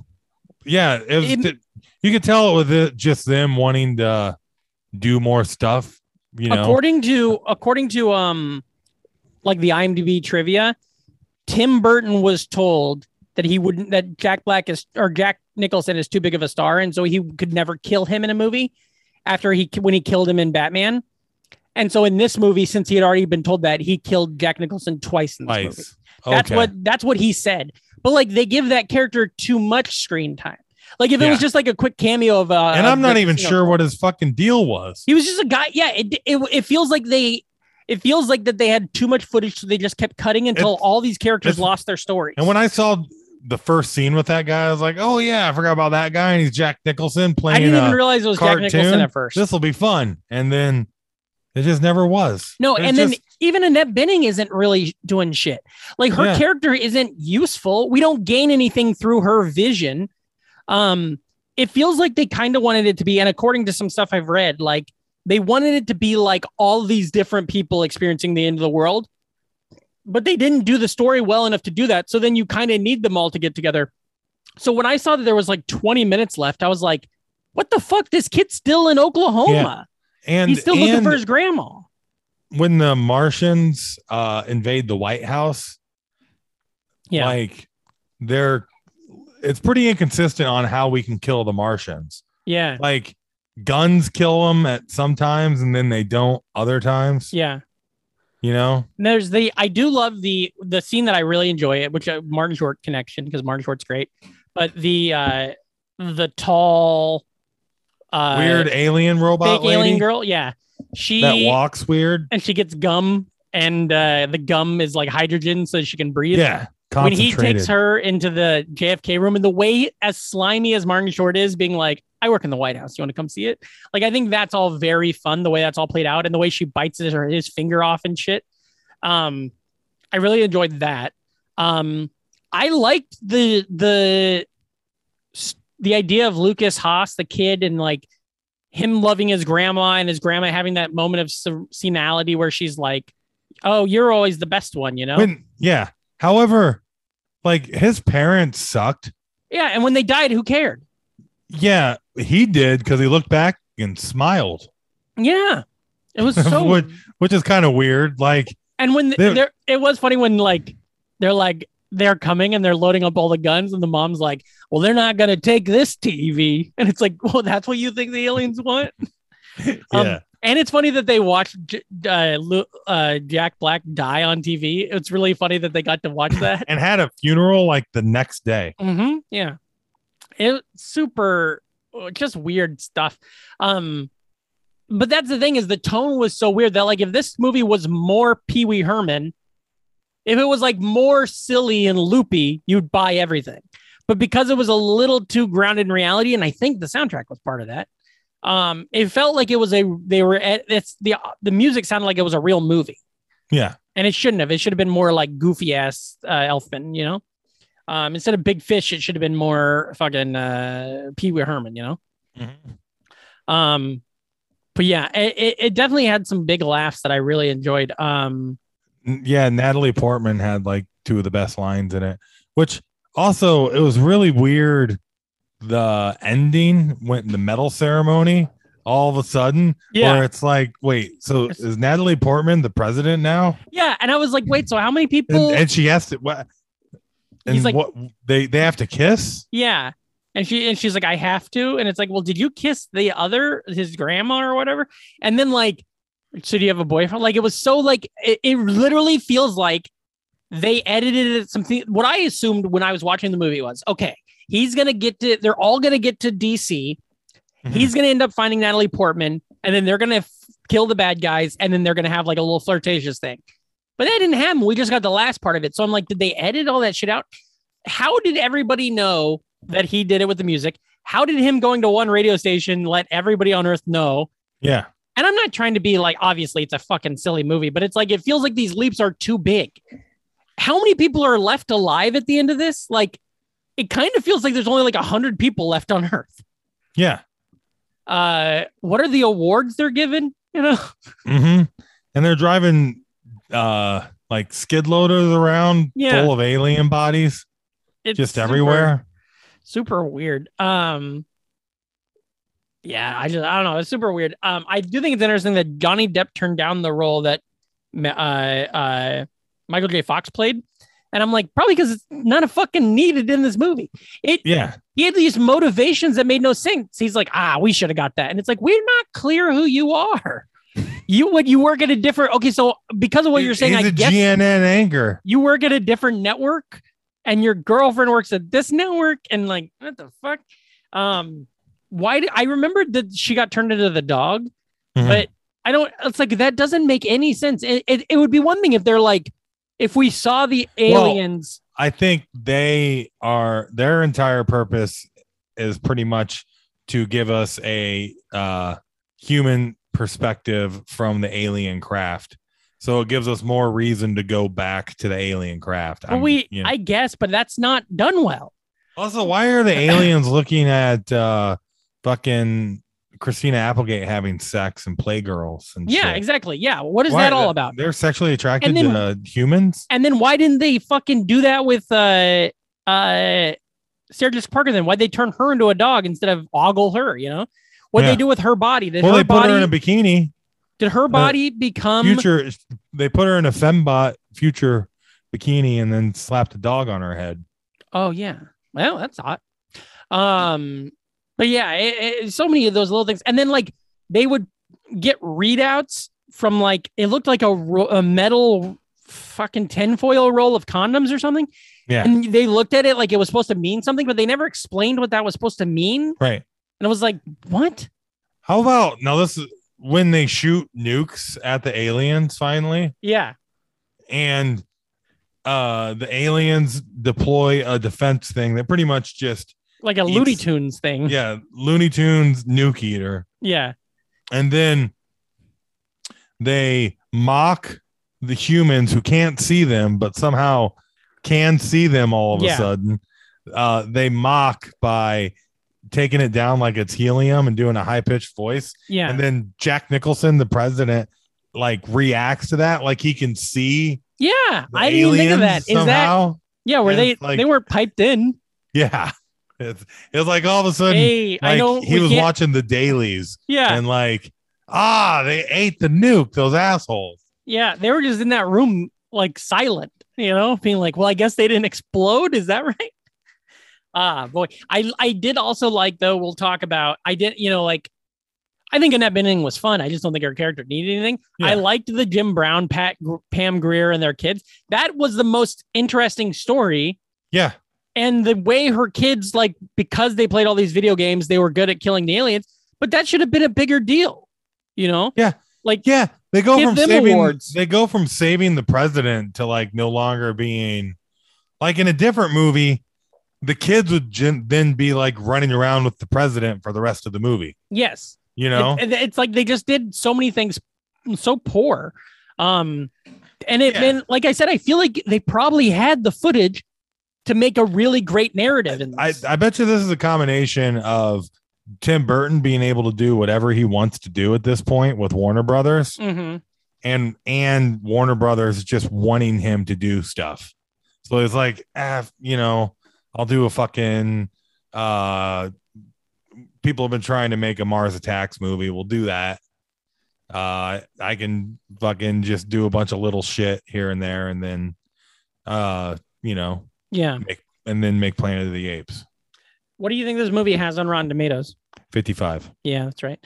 yeah. It was, It- you could tell it was it just them wanting to do more stuff, you know. According to according to um, like the IMDb trivia, Tim Burton was told that he wouldn't that Jack Black is or Jack Nicholson is too big of a star, and so he could never kill him in a movie. After he when he killed him in Batman, and so in this movie, since he had already been told that, he killed Jack Nicholson twice in this movie. Nice. That's Okay. what that's what he said. But like they give that character too much screen time. Like if it Yeah. was just like a quick cameo of uh and I'm of not the- even you know, sure what his fucking deal was. He was just a guy. Yeah, it, it it feels like they it feels like that they had too much footage so they just kept cutting until It's- all these characters it's- lost their stories. And when I saw the first scene with that guy, I was like, "Oh yeah, I forgot about that guy." And he's Jack Nicholson I playing. didn't even Uh, realize it was Jack Nicholson cartoon? at first. this will be fun, and then it just never was. No, It's and then just- even Annette Benning isn't really doing shit. Like her Yeah. character isn't useful. We don't gain anything through her vision. Um, it feels like they kind of wanted it to be, and according to some stuff I've read, like they wanted it to be like all these different people experiencing the end of the world, but they didn't do the story well enough to do that. So then you kind of need them all to get together. So when I saw that there was like 20 minutes left, I was like, what the fuck? This kid's still in Oklahoma. and He's still looking and- for his grandma. when the Martians uh, invade the White House, Yeah. like they're it's pretty inconsistent on how we can kill the Martians. Yeah. Like guns kill them at some times and then they don't other times. Yeah. You know, And there's the I do love the the scene that I really enjoy it, which uh, Martin Short connection because Martin Short's great, but the uh the tall, uh, weird alien robot big lady alien girl, yeah, she that walks weird. and she gets gum, and uh the gum is like hydrogen, so she can breathe. Yeah, When he takes concentrated. her into the JFK room, and the way as slimy as Martin Short is, being like, "I work in the White House. You want to come see it?" Like, I think that's all very fun. The way that's all played out, and the way she bites his or his finger off and shit. Um, I really enjoyed that. Um, I liked the the the idea of Lucas Haas, the kid, and like him loving his grandma and his grandma having that moment of sen- senility where she's like, "Oh, you're always the best one," you know. When yeah, however, like his parents sucked. yeah, and when they died, who cared? Yeah, he did because he looked back and smiled, Yeah. It was so What- which is kind of weird. Like and when th- Dude. there it was funny when like they're like they're coming and they're loading up all the guns, and the mom's like, "Well, they're not gonna take this TV," and it's like, "Well, that's what you think the aliens want." Um, yeah. And it's funny that they watched J- uh, Lu- uh, Jack Black die on TV. It's really funny that they got to watch that. and had a funeral like the next day. hmm yeah, it super uh, just weird stuff. Um, but that's the thing is the tone was so weird that like if this movie was more Pee Wee Herman, if it was like more silly and loopy, you'd buy everything. But because it was a little too grounded in reality, and I think the soundtrack was part of that, um, it felt like it was a they were at it's the the music sounded like it was a real movie Yeah. and it shouldn't have. It should have been more like goofy ass uh, Elfman, you know. Um, instead of Big Fish, it should have been more fucking uh, Pee Wee Herman, you know. Mm-hmm. Um, but yeah, it, it, it definitely had some big laughs that I really enjoyed. Um, Yeah. Natalie Portman had like two of the best lines in it, which also it was really weird. The ending went the medal ceremony all of a sudden, yeah, where it's like, wait, so It's- is Natalie Portman the president now? yeah, and I was like, wait, so how many people? And, and she asked it, what? And He's like- what they they have to kiss? yeah, and she and she's like, I have to, and it's like, well, did you kiss the other his grandma or whatever? And then like, so do you have a boyfriend? Like, it was so like it, it literally feels like they edited it something what i assumed when i was watching the movie was okay he's gonna get to they're all gonna get to dc he's gonna end up finding natalie portman and then they're gonna f- kill the bad guys and then they're gonna have like a little flirtatious thing but that didn't happen we just got the last part of it so i'm like did they edit all that shit out how did everybody know that he did it with the music how did him going to one radio station let everybody on earth know Yeah. and I'm not trying to be like, obviously, it's a fucking silly movie, but it's like, it feels like these leaps are too big. How many people are left alive at the end of this? Like, it kind of feels like there's only like 100 people left on Earth. Yeah. Uh, what are the awards they're given? You know, hmm And they're driving uh like skid loaders around Yeah. full of alien bodies it's just super- everywhere. super weird. Um, yeah, I just I don't know. It's super weird. Um, I do think it's interesting that Johnny Depp turned down the role that Ma- uh, uh, Michael J. Fox played, and I'm like probably because it's not a fucking needed in this movie. It Yeah. he had these motivations that made no sense. He's like, ah, we should have got that, and it's like we're not clear who you are. you would you work at a different okay, so because of what you're saying, He's I a guess GNN anchor. you work at a different network and your girlfriend works at this network and like what the fuck um why do, i remembered that she got turned into the dog Mhm. But- i don't it's like that doesn't make any sense it, it, it would be one thing if they're like if we saw the Well- aliens I think they are their entire purpose is pretty much to give us a uh human perspective from the alien craft. So it gives us more reason to go back to the alien craft. but I'm- we you know. i guess but that's not done well Also, why are the aliens looking at uh fucking Christina Applegate having sex and playgirls and yeah shit? exactly yeah what is Why- that all about They're sexually attracted And then- to uh, humans. and then why didn't they fucking do that with uh uh Sarah Jessica Parker then? Why'd they turn her into a dog instead of ogle her, you know? What'd Yeah. they do with her body? Did Well, her they put body um, her in a bikini. did her body become Future, they put her in a fembot future bikini and then slapped a dog on her head. Oh yeah. Well, that's hot. Um, but yeah, it, it, so many of those little things, and then like they would get readouts from like it looked like a, ro- a metal fucking tinfoil roll of condoms or something. Yeah. And they looked at it like it was supposed to mean something, but they never explained what that was supposed to mean. Right. And I was like, what? How about now? This is when they shoot nukes at the aliens finally. Yeah. and uh the aliens deploy a defense thing that pretty much just Like a Looney It's- Tunes thing. Yeah. yeah looney tunes nuke eater and then they mock the humans who can't see them but somehow can see them all of Yeah. a sudden uh they mock by taking it down like it's helium and doing a high-pitched voice Yeah. and then jack nicholson the president like reacts to that like he can see yeah. the I didn't even think of that. aliens Is that somehow. yeah, were And they it's like- they weren't piped in? Yeah. It's, it was like all of a sudden, Hey, I like, know he we was can't- watching the dailies Yeah. and like, ah, they ate the nuke, those assholes. Yeah, they were just in that room like silent. you know, being like, well, I guess they didn't explode. Is that right? Ah, boy. I I did also like though. We'll talk about. I did, you know, like. I think Annette Bening was fun. I just don't think her character needed anything. Yeah. I liked the Jim Brown, Pat, Gr- Pam Greer, and their kids. That was the most interesting story. Yeah. And the way her kids, like, because they played all these video games, they were good at killing the aliens. But that should have been a bigger deal, you know? Yeah. They go Give from them saving awards. they go from saving the president to like no longer being like in a different movie, the kids would gen- then be like running around with the president for the rest of the movie. Yes. You know? It- it- it's like they just did so many things so poor. Um, and it Yeah. been like I said, I feel like they probably had the footage to make a really great narrative. In I, this. I bet you this is a combination of Tim Burton being able to do whatever he wants to do at this point with Warner Brothers Mhm. and and Warner Brothers just wanting him to do stuff. So it's like, ah, you know, I'll do a fucking uh people have been trying to make a Mars Attacks movie. We'll do that. Uh I can fucking just do a bunch of little shit here and there and then uh, you know, Yeah. and then make Planet of the Apes. What do you think this movie has on Rotten Tomatoes? 55. Yeah, that's right.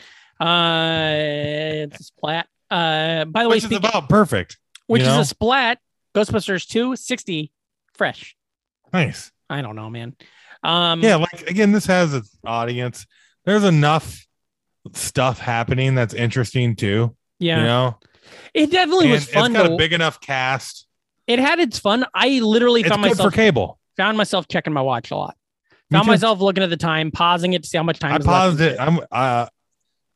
Uh, it's a splat. Uh, by the way, Which is speaking, about perfect. which you is know? a splat. Ghostbusters 2, 60 fresh. Nice. I don't know, man. Um, Yeah, like again, this has its audience. There's enough stuff happening that's interesting too. yeah. You know, It definitely And was fun. it's got to- a big enough cast. it had its fun. I literally It's good found myself for cable. found myself checking my watch a lot. Me Found too. myself looking at the time, pausing it to see how much time. I is left. paused it. I'm uh,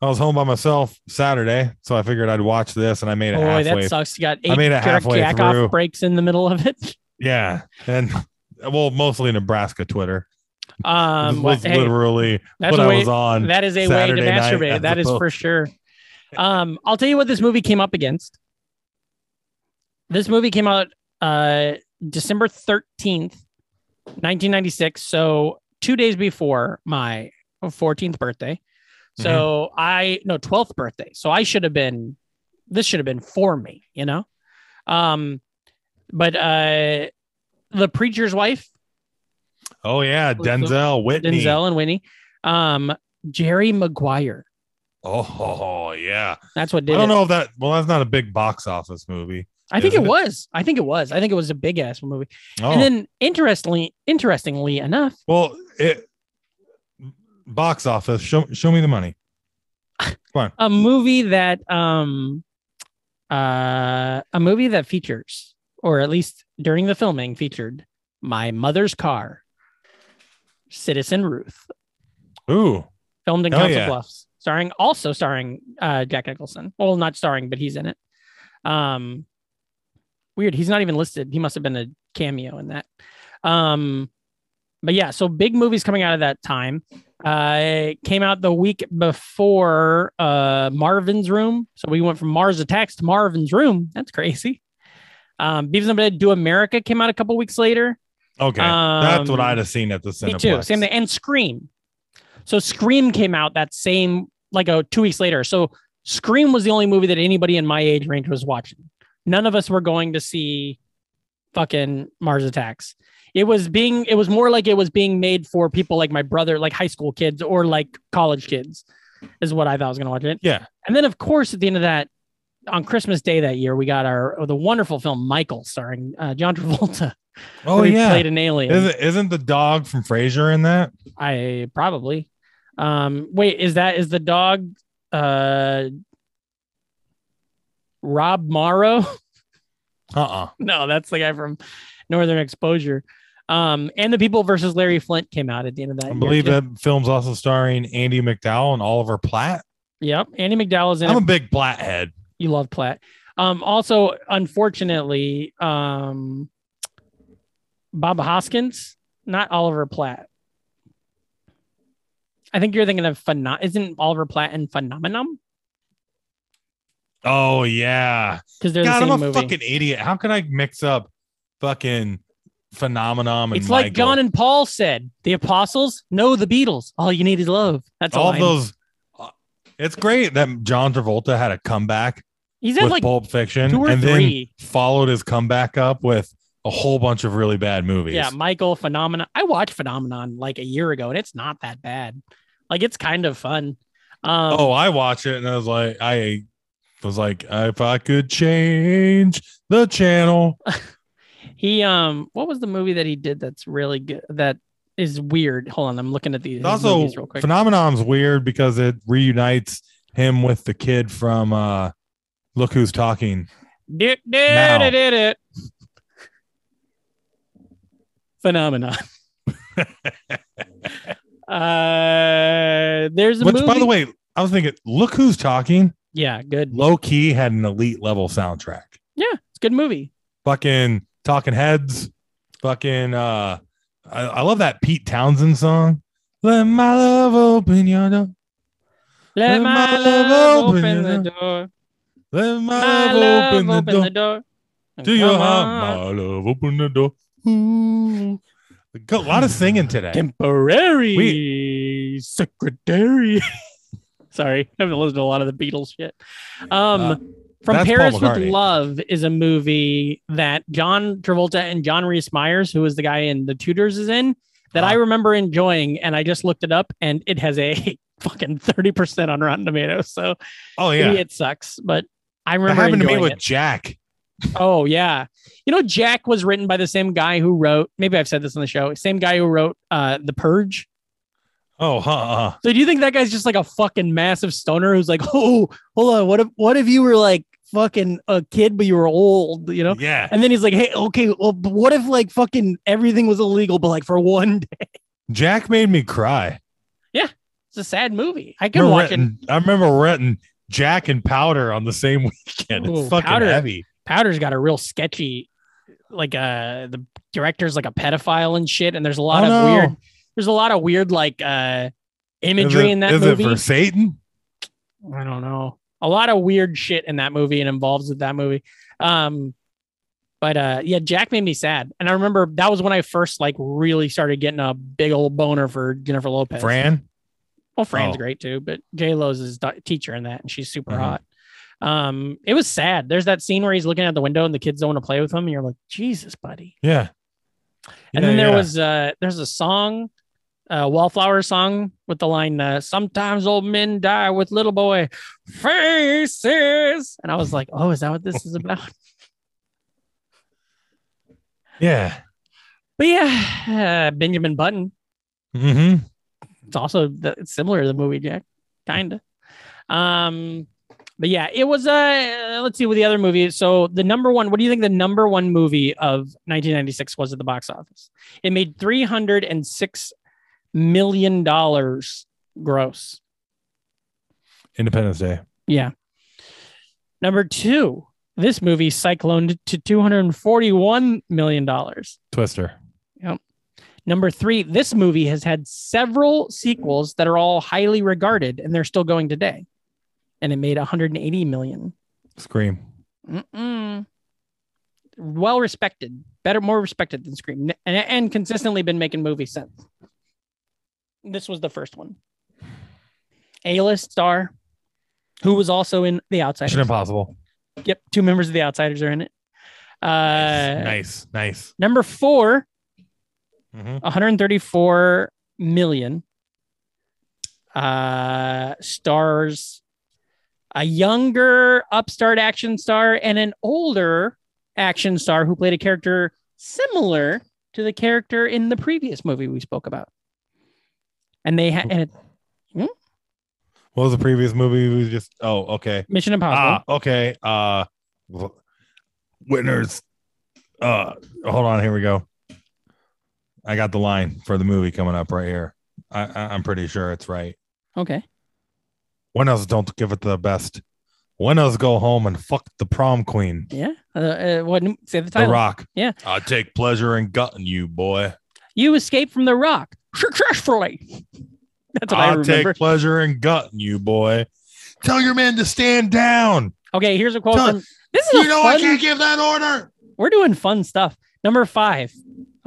I was home by myself Saturday, so I figured I'd watch this, and I made it Boy, halfway. that sucks. You got I eight made it jack, halfway jack through. off breaks in the middle of it. yeah, and well, mostly Nebraska Twitter. Um, this was but, hey, literally that's what a I way. was on. that is a Saturday way to night masturbate. as That is opposed- for sure. Um, I'll tell you what this movie came up against. This movie came out uh, December thirteenth, nineteen ninety six. So two days before my fourteenth birthday. So Mm-hmm. I no twelfth birthday. So I should have been. This should have been for me, you know. Um, but uh, the preacher's wife oh yeah, was the- Denzel Whitney. Denzel and Winnie, um, Jerry Maguire. Oh yeah. That's what I did it. don't know if that. Well, that's not a big box office movie. I think it Isn't it? was. I think it was. I think it was a big ass movie. Oh, And then interestingly, interestingly enough, well, it box office. Show show me the money. a movie that um uh a movie that features or at least during the filming featured my mother's car, Citizen Ruth, Ooh, filmed in Hell Council yeah. Bluffs, starring also starring uh Jack Nicholson. Well, not starring, but he's in it. Um weird, he's not even listed. He must have been a cameo in that. Um but yeah, so big movies coming out of that time. Uh it came out the week before uh Marvin's Room. So we went from Mars Attacks to Marvin's Room. That's crazy. Um Beavis and Bed Do America came out a couple weeks later. okay, that's what Um, I'd have seen at the Me Cineplex. too. Same thing. And Scream. So Scream came out that same like oh, two weeks later. So Scream was the only movie that anybody in my age range was watching. None of us were going to see fucking Mars Attacks. It was being it was more like it was being made for people like my brother, like high school kids or like college kids, is what I thought was gonna watch it. Yeah. And then of course at the end of that on Christmas Day that year, we got our the wonderful film Michael starring uh, John Travolta. Oh where he yeah. played an alien. Isn't, isn't the dog from Frasier in that? I probably. Um, wait, is that is the dog uh Rob Morrow? Uh uh no, that's the guy from Northern Exposure. Um, and the People versus Larry Flint came out at the end of that. I year, believe too. that film's also starring Andy McDowell and Oliver Platt. Yep, Andy McDowell is in I'm a it. big Platt head. You love Platt. Um, also, unfortunately, um, Bob Hoskins, not Oliver Platt. I think you're thinking of Phenom. Isn't Oliver Platt in Phenomenon? Oh yeah. because they're God, the I'm same a movie. fucking idiot. How can I mix up fucking phenomenon and it's like Michael? John and Paul said, the apostles know the Beatles. All you need is love. That's all. all those. uh, It's great that John Travolta had a comeback He's had with like Pulp Fiction two or and three. then followed his comeback up with a whole bunch of really bad movies. Yeah, um, Michael Phenomenon. I watched Phenomenon like a year ago, and it's not that bad. Like it's kind of fun. Um, oh, I watch it and I was like, I was like, if I could change the channel, he um, what was the movie that he did that's really good? That is weird. Hold on, I'm looking at these It's his also movies real quick. phenomenon's weird because it reunites him with the kid from uh look who's talking Do, do, Now. do, do, do. Phenomenon. uh, there's a which movie. by the way i was thinking look who's talking yeah, good. low key had an elite level soundtrack Yeah, it's a good movie. fucking talking heads fucking uh i, I love that pete townsend song let my love open your door Let my, love open, the door. let my, My love, love open, the door And do your come on. heart my love open the door Ooh. Got a lot of singing today Temporary secretary. Sorry, I haven't listened to a lot of the Beatles shit. Um, Uh, From that's Paul Paris with McCartney. Love is a movie that John Travolta and John Reese Myers, who was the guy in The Tudors, is in that I Huh. remember enjoying. And I just looked it up and it has a fucking 30% on Rotten Tomatoes. So oh yeah maybe it sucks, but I That remember happened to me enjoying with it. Jack. Oh yeah. You know, Jack was written by the same guy who wrote, maybe I've said this on the show, same guy who wrote uh The Purge. Oh, huh, huh. So do you think that guy's just like a fucking massive stoner who's like, oh, hold on, what if what if you were like fucking a kid but you were old, you know? Yeah. And then he's like, hey, okay, well, but what if like fucking everything was illegal, but like for one day? Jack made me cry. It's a sad movie. I I can remember, watch it. renting, I remember renting Jack and Powder on the same weekend. It's Ooh, fucking Powder. heavy. Powder's got a real sketchy, like uh the director's like a pedophile and shit, and there's a lot Oh, of no. weird. There's a lot of weird like uh Is it- imagery in that is movie. it for Satan? I don't know. A lot of weird shit in that movie and involves with that movie. Um, but uh, yeah, Jack made me sad, and I remember that was when I first like really started getting a big old boner for Jennifer Lopez. Fran? Well, Fran's Oh. great too, but J Lo's his do- teacher in that, and she's super Mhm. hot. Um, it was sad. There's that scene where he's looking out the window and the kids don't want to play with him, and you're like, Jesus, buddy. Yeah. And Yeah, then there yeah. was uh, there's a song, uh, Wallflower song with the line, uh, "Sometimes old men die with little boy faces," and I was like, Oh, is that what this is about? Yeah. but yeah, uh, Benjamin Button. hmm it's also the, it's similar to the movie Jack, kinda. Um, but yeah, it was. Uh, let's see what the other movie. is. So the number one. What do you think the number one movie of 1996 was at the box office? It made 306 million dollars gross. Independence Day. Yeah. Number two, this movie cycloned to 241 million dollars. Twister. Number three, this movie has had several sequels that are all highly regarded and they're still going today. And it made 180 million. Scream. Mm-mm. Well respected, better, more respected than Scream, and, and consistently been making movies since. This was the first one. A list star, who was also in The Mission Outsiders. Impossible. Yep, two members of The Outsiders are in it. Uh, nice. Nice. Number four, Mhm. 134 million uh stars a younger upstart action star and an older action star who played a character similar to the character in the previous movie we spoke about and they had and it- What was the previous movie we just oh okay. mission impossible Ah, okay. Uh w- winners. Uh hold on, here we go. I got the line for the movie coming up right here. I, I I'm pretty sure it's right. okay Winners don't give it the best. Winners go home and fuck the prom queen. yeah uh, uh, what say the The title Rock. Yeah. I take pleasure in gutting you, boy. you escape from the rock successfully that's what i, I, remember take pleasure in gutting you, boy. Tell your men to stand down. okay here's a quote Tell- from this is You a know I fun can't give that order. we're doing fun stuff. Number five.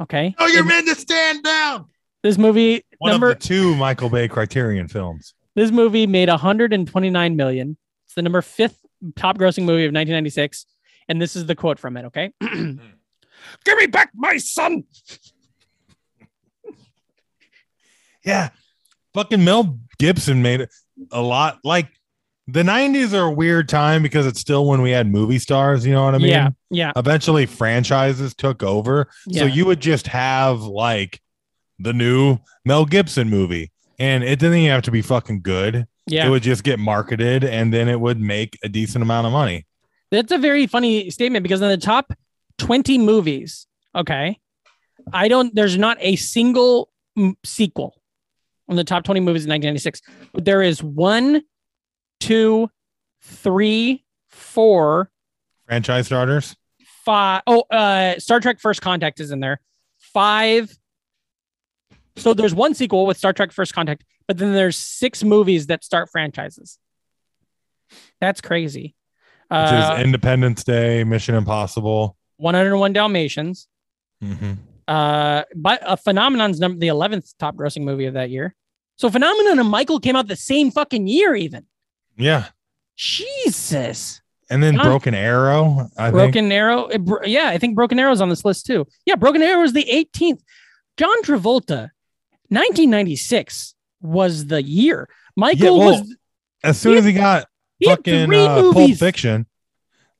Okay. Tell your men to stand down. This movie Oh, One number of the two Michael Bay Criterion films. this movie made 129 million. It's the number fifth top grossing movie of 1996. And this is the quote from it. Okay. Give me back my son. Yeah. Fucking Mel Gibson made it a lot like the 90s are a weird time because it's still when we had movie stars, you know what I mean? yeah, yeah, Eventually franchises took over. yeah. So you would just have like the new Mel Gibson movie. And it didn't even have to be fucking good. It yeah. would just get marketed and then it would make a decent amount of money. That's a very funny statement because in the top 20 movies, okay, I don't, there's not a single m- sequel on the top 20 movies in 1996. But there is one, two, three, four, Franchise starters. five. Oh, uh, Star Trek First Contact is in there. Five. So there's one sequel with Star Trek First Contact, but then there's six movies that start franchises. That's crazy. which Uh, is Independence Day, Mission Impossible. 101 Dalmatians. Mm-hmm. Uh, but a phenomenon's number the 11th top grossing movie of that year. So phenomenon and Michael came out the same fucking year, even. Yeah, Jesus. and then Huh? Broken Arrow. I think Broken Arrow. it bro- yeah, I think Broken Arrow's on this list too. Yeah, Broken Arrow is the 18th. John Travolta, 1996 was the year. Michael Yeah, well, was as soon as he got he had fucking three uh, Pulp movies. Fiction,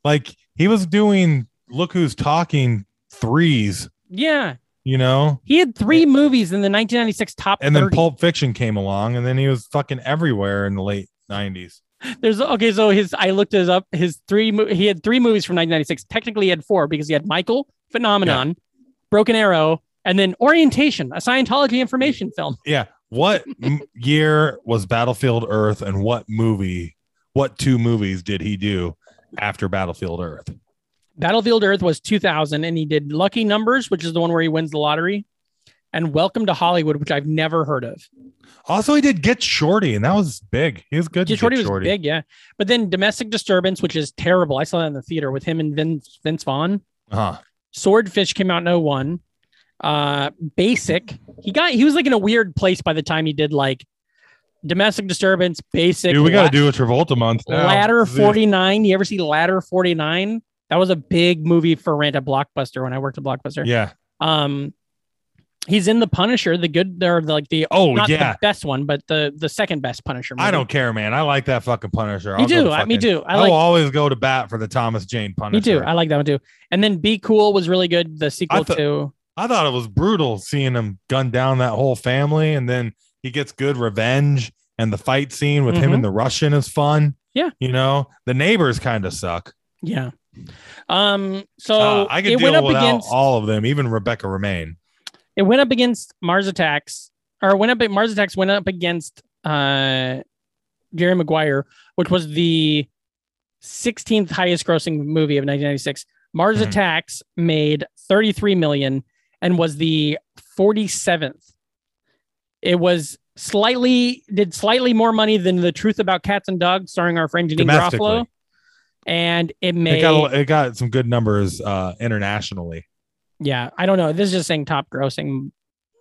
like he was doing Look Who's Talking threes, Yeah, you know, he had three movies in the 1996 top. and then 30. Pulp Fiction came along, and then he was fucking everywhere in the late nineties. There's okay, so his I looked it up. His three mo- he had three movies from 1996. Technically, he had four because he had Michael, Phenomenon, Broken Arrow, and then Orientation, a Scientology information film. Yeah, what m- year was Battlefield Earth, and what movie, what two movies did he do after Battlefield Earth? Battlefield Earth was 2000, and he did Lucky Numbers, which is the one where he wins the lottery, and Welcome to Hollywood, which I've never heard of. Also, he did Get Shorty, and that was big. He was good. to Get Shorty Get was big, yeah. But then Domestic Disturbance, which is terrible. I saw that in the theater with him and Vince, Vince Vaughn. Uh-huh. Swordfish came out in 01. Uh, Basic. He got he was like in a weird place by the time he did like Domestic Disturbance, Basic. Dude, we got La- to do a Travolta month. Now. Ladder This is- 49. You ever see Ladder 49? That was a big movie for rent at Blockbuster when I worked at Blockbuster. Yeah. Um he's in The Punisher, the good or the, like the Oh not yeah. the best one, but the the second best Punisher movie. I don't care, man. I like that fucking Punisher. You I'll go do. I, me fucking- too. I I, like will always go to bat for the Thomas Jane Punisher. me too. I like that one too. And then Be Cool was really good. The sequel thought- to I thought it was brutal seeing him gun down that whole family, and then he gets good revenge, and the fight scene with him Mhm. and the Russian is fun. Yeah. You know, the neighbors kind of suck. Yeah. Um. So Uh, I could it went deal up without against all of them, even Rebecca Remain. it went up against Mars Attacks or went up Mars Attacks went up against uh Jerry Maguire, which was the 16th highest grossing movie of 1996. Mars Mhm. Attacks made 33 million and was the 47th. It was slightly did slightly more money than The Truth About Cats and Dogs starring our friend Janine Domestically. Garofalo. And it made It got it got some good numbers uh, internationally. yeah i don't know this is just saying top grossing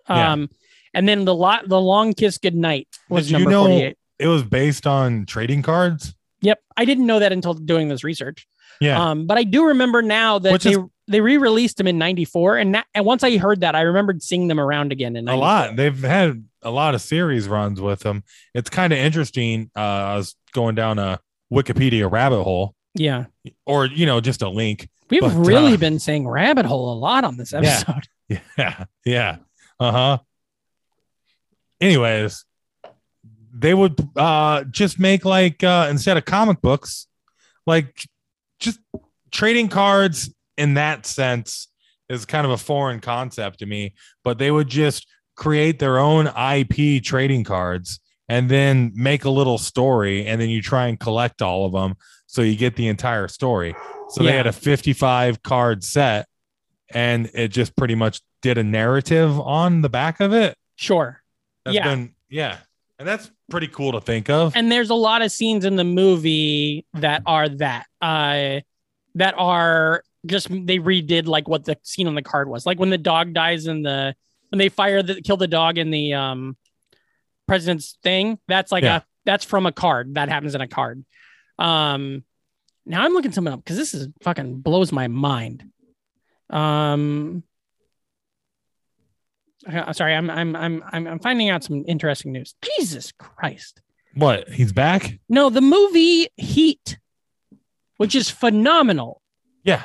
Yeah. um and then the lot the long kiss goodnight was Did you number know- 48 It was based on trading cards. yep i didn't know that until doing this research Yeah. um but i do remember now that Which they is- they re-released them in 94 and that and once i heard that i remembered seeing them around again in a 94. lot. They've had a lot of series runs with them. It's kind of interesting. Uh, I was going down a Wikipedia rabbit hole, yeah or you know, just a link. we've But, really uh, been saying rabbit hole a lot on this Yeah. episode Yeah, yeah, uh huh. Anyways, they would uh, just make like uh, instead of comic books, like just trading cards in that sense is kind of a foreign concept to me. But they would just create their own IP trading cards and then make a little story, and then you try and collect all of them so you get the entire story. So they Yeah. had a 55 card set, and it just pretty much did a narrative on the back of it. sure That's Yeah. been yeah. And that's pretty cool to think of. and there's a lot of scenes in the movie that are that uh that are just they redid like what the scene on the card was like when the dog dies in the when they fire the kill the dog in the um president's thing that's like Yeah. a that's from a card that happens in a card um now i'm looking something up because this is fucking blows my mind Um, I- I'm sorry, I'm I'm I'm I'm I'm finding out some interesting news. Jesus Christ! What? He's back? No, the movie Heat, which is phenomenal, Yeah.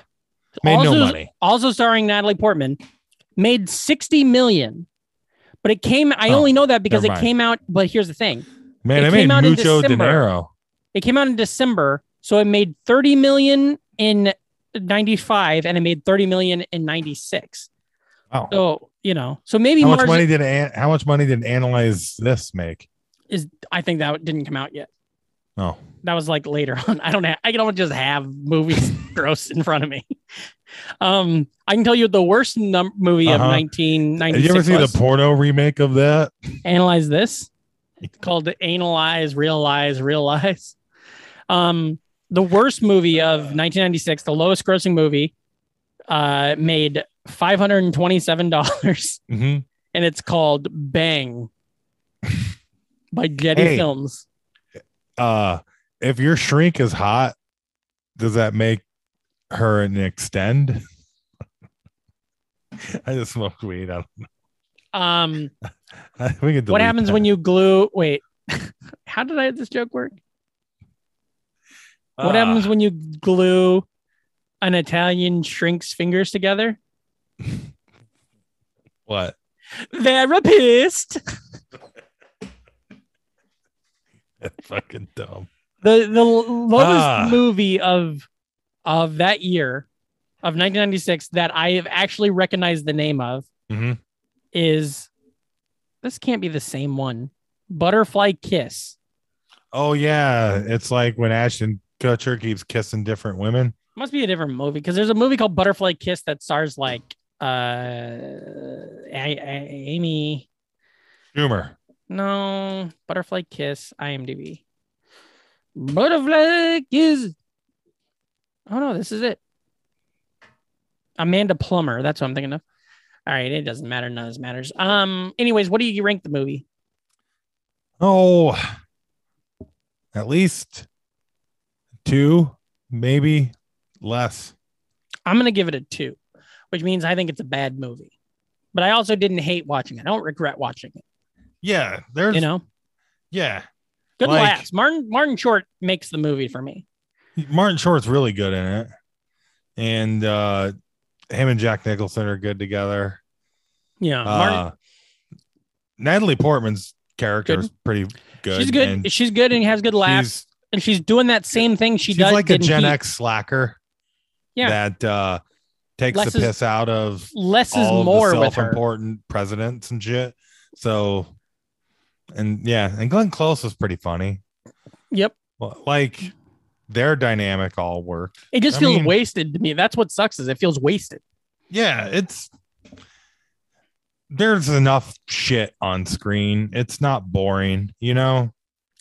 Made also, no money. Also starring Natalie Portman, made sixty million, but it came. I Oh, only know that because never it mind. came out. But here's the thing: Man, it I came made out in mucho December. dinero. It came out in December, so it made 30 million in 95 and it made 30 million in 96. Wow. So, you know, so maybe how much Mars money did an, how much money did analyze this make? is I think that didn't come out yet. Oh, That was like later on. I don't have, I don't just have movies gross in front of me. Um, I can tell you the worst num- movie of Uh-huh. did you 1996 ever see was. the porno remake of that? analyze this. It's called Analyze, Realize, Realize. Um, the worst movie of 1996, the lowest grossing movie, uh, made $527, Mm-hmm. and it's called Bang by Getty Hey. Films. Uh, if your shrink is hot, does that make her an extend? I just smoked weed. I, Um, I, we could what happens when you glue? Wait, how did I this joke work? What Uh, happens when you glue an Italian shrink's fingers together? Ah, What? Therapist. That's fucking dumb. the the lowest Ah. movie of of that year of 1996 that I have actually recognized the name of Mhm. is this can't be the same one. Butterfly Kiss. Oh yeah, it's like when Ashton Kutcher keeps kissing different women. Must be a different movie because there's a movie called Butterfly Kiss that stars like uh A- A- Amy. Humor. No, Butterfly Kiss, IMDb. Butterfly Kiss. Oh no, this is it. Amanda Plummer. That's what I'm thinking of. All right, it doesn't matter. None of this matters. Um. Anyways, what do you rank the movie? Oh, at least two, maybe less. I'm gonna give it a two, which means I think it's a bad movie. But I also didn't hate watching it. I don't regret watching it. Yeah, there's You know, yeah. good like- laughs. Martin Martin Short makes the movie for me. Martin Short's really good in it, and uh him and Jack Nicholson are good together. Yeah, Martin, Uh, Natalie Portman's character Good. is pretty good. she's good. and she's good and has good laughs, she's- and she's doing that same thing she she's does. like a in Gen Heat. X slacker. Yeah. That uh takes Less the is- piss out of less is all of the more with her. self-important presidents and shit. So, and yeah, and Glenn Close was pretty funny. Yep. Well, Like their dynamic all worked. It just I feels mean- wasted to me. That's what sucks is it feels wasted. Yeah, it's there's enough shit on screen. It's not boring, you know.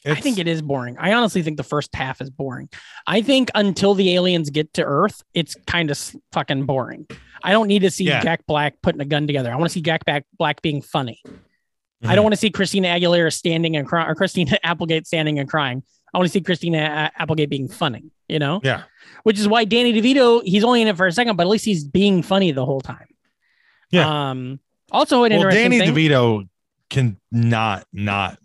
It's, I think it is boring. I honestly think the first half is boring. I think until the aliens get to Earth, it's kind of fucking boring. I don't need to see Yeah. Jack Black putting a gun together. I want to see Jack Back Black being funny. I Mhm. don't want to see Christina Aguilera standing and crying or Christina Applegate standing and crying. I want to see Christina A- Applegate being funny, you know? Yeah. Which is why Danny DeVito, he's only in it for a second, but at least he's being funny the whole time. Yeah. Um, also, an Well, interesting Danny thing. DeVito can not, not,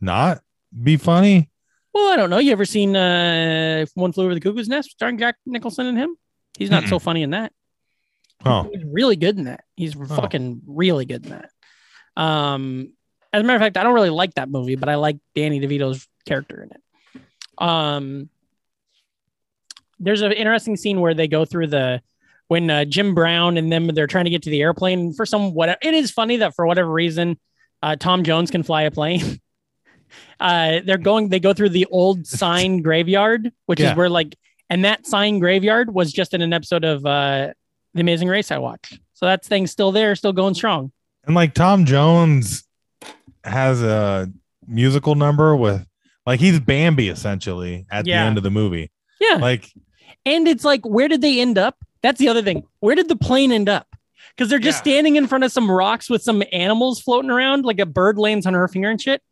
not be funny. Well, I don't know. You ever seen uh, One Flew Over the Cuckoo's Nest starring Jack Nicholson and him? He's not so funny in that. Oh, He's really good in that. He's fucking really good in that. Um, as a matter of fact, I don't really like that movie, but I like Danny DeVito's character in it. Um, there's an interesting scene where they go through the when uh, Jim Brown and them they're trying to get to the airplane for some whatever. It is funny that for whatever reason, uh, Tom Jones can fly a plane. uh, they're going. They go through the old sign graveyard, which Yeah. is where like, and that sign graveyard was just in an episode of uh, The Amazing Race I watched. So that thing's still there, still going strong. And like Tom Jones has a musical number with like he's Bambi essentially at Yeah. the end of the movie. Yeah. Like And it's like, where did they end up? That's the other thing. Where did the plane end up? Because they're just Yeah. standing in front of some rocks with some animals floating around, like a bird lands on her finger and shit.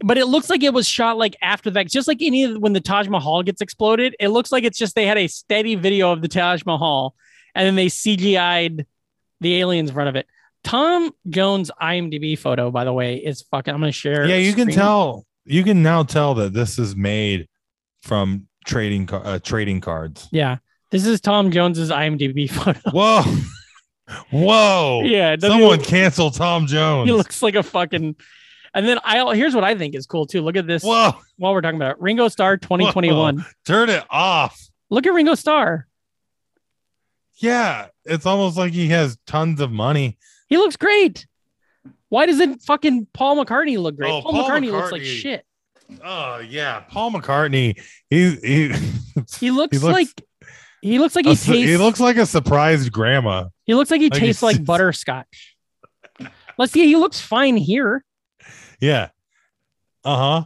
But it looks like it was shot like after that, just like any of when the Taj Mahal gets exploded. It looks like it's just they had a steady video of the Taj Mahal and then they CGI'd the aliens in front of it. Tom Jones IMDb photo, by the way, is fucking. I'm gonna share. yeah, you can screen. tell. You can now tell that this is made from trading car- uh, trading cards. Yeah, this is Tom Jones's IMDb photo. Whoa, whoa! yeah, it doesn't Oh, Someone look- cancel Tom Jones. he looks like a fucking. And then I here's what I think is cool too. Look at this whoa, while we're talking about it. Ringo Starr 2021. turn it off. Look at Ringo Starr. Yeah, it's almost like he has tons of money. He looks great. Why doesn't fucking Paul McCartney look great? Oh, Paul, Paul McCartney, looks like McCartney. shit. Oh yeah, Paul McCartney. He he. He looks, looks- like he looks like he a tastes su- he looks like a surprised grandma. he looks like he like he tastes like tastes- butterscotch. Let's see, he looks fine here. Yeah. Uh huh.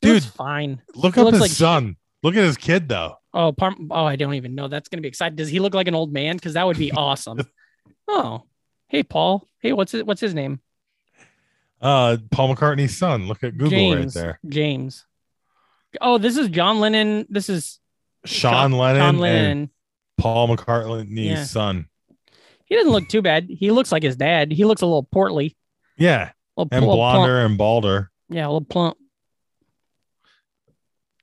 He Dude, looks fine. look he up looks his like- son. Look at his kid though. Oh, par- oh, I don't even know. That's gonna be exciting. Does he look like an old man? Because that would be awesome. oh, hey Paul. Hey, what's it? What's his name? Uh, Paul McCartney's son. Look at Google right James. there. James. Oh, this is John Lennon. This is Sean Lennon, John and Lennon. Paul McCartney's Yeah. son. He doesn't look too bad. He looks like his dad. He looks a little portly. Yeah, A little, and little plump. blonder and balder. Yeah, a little plump.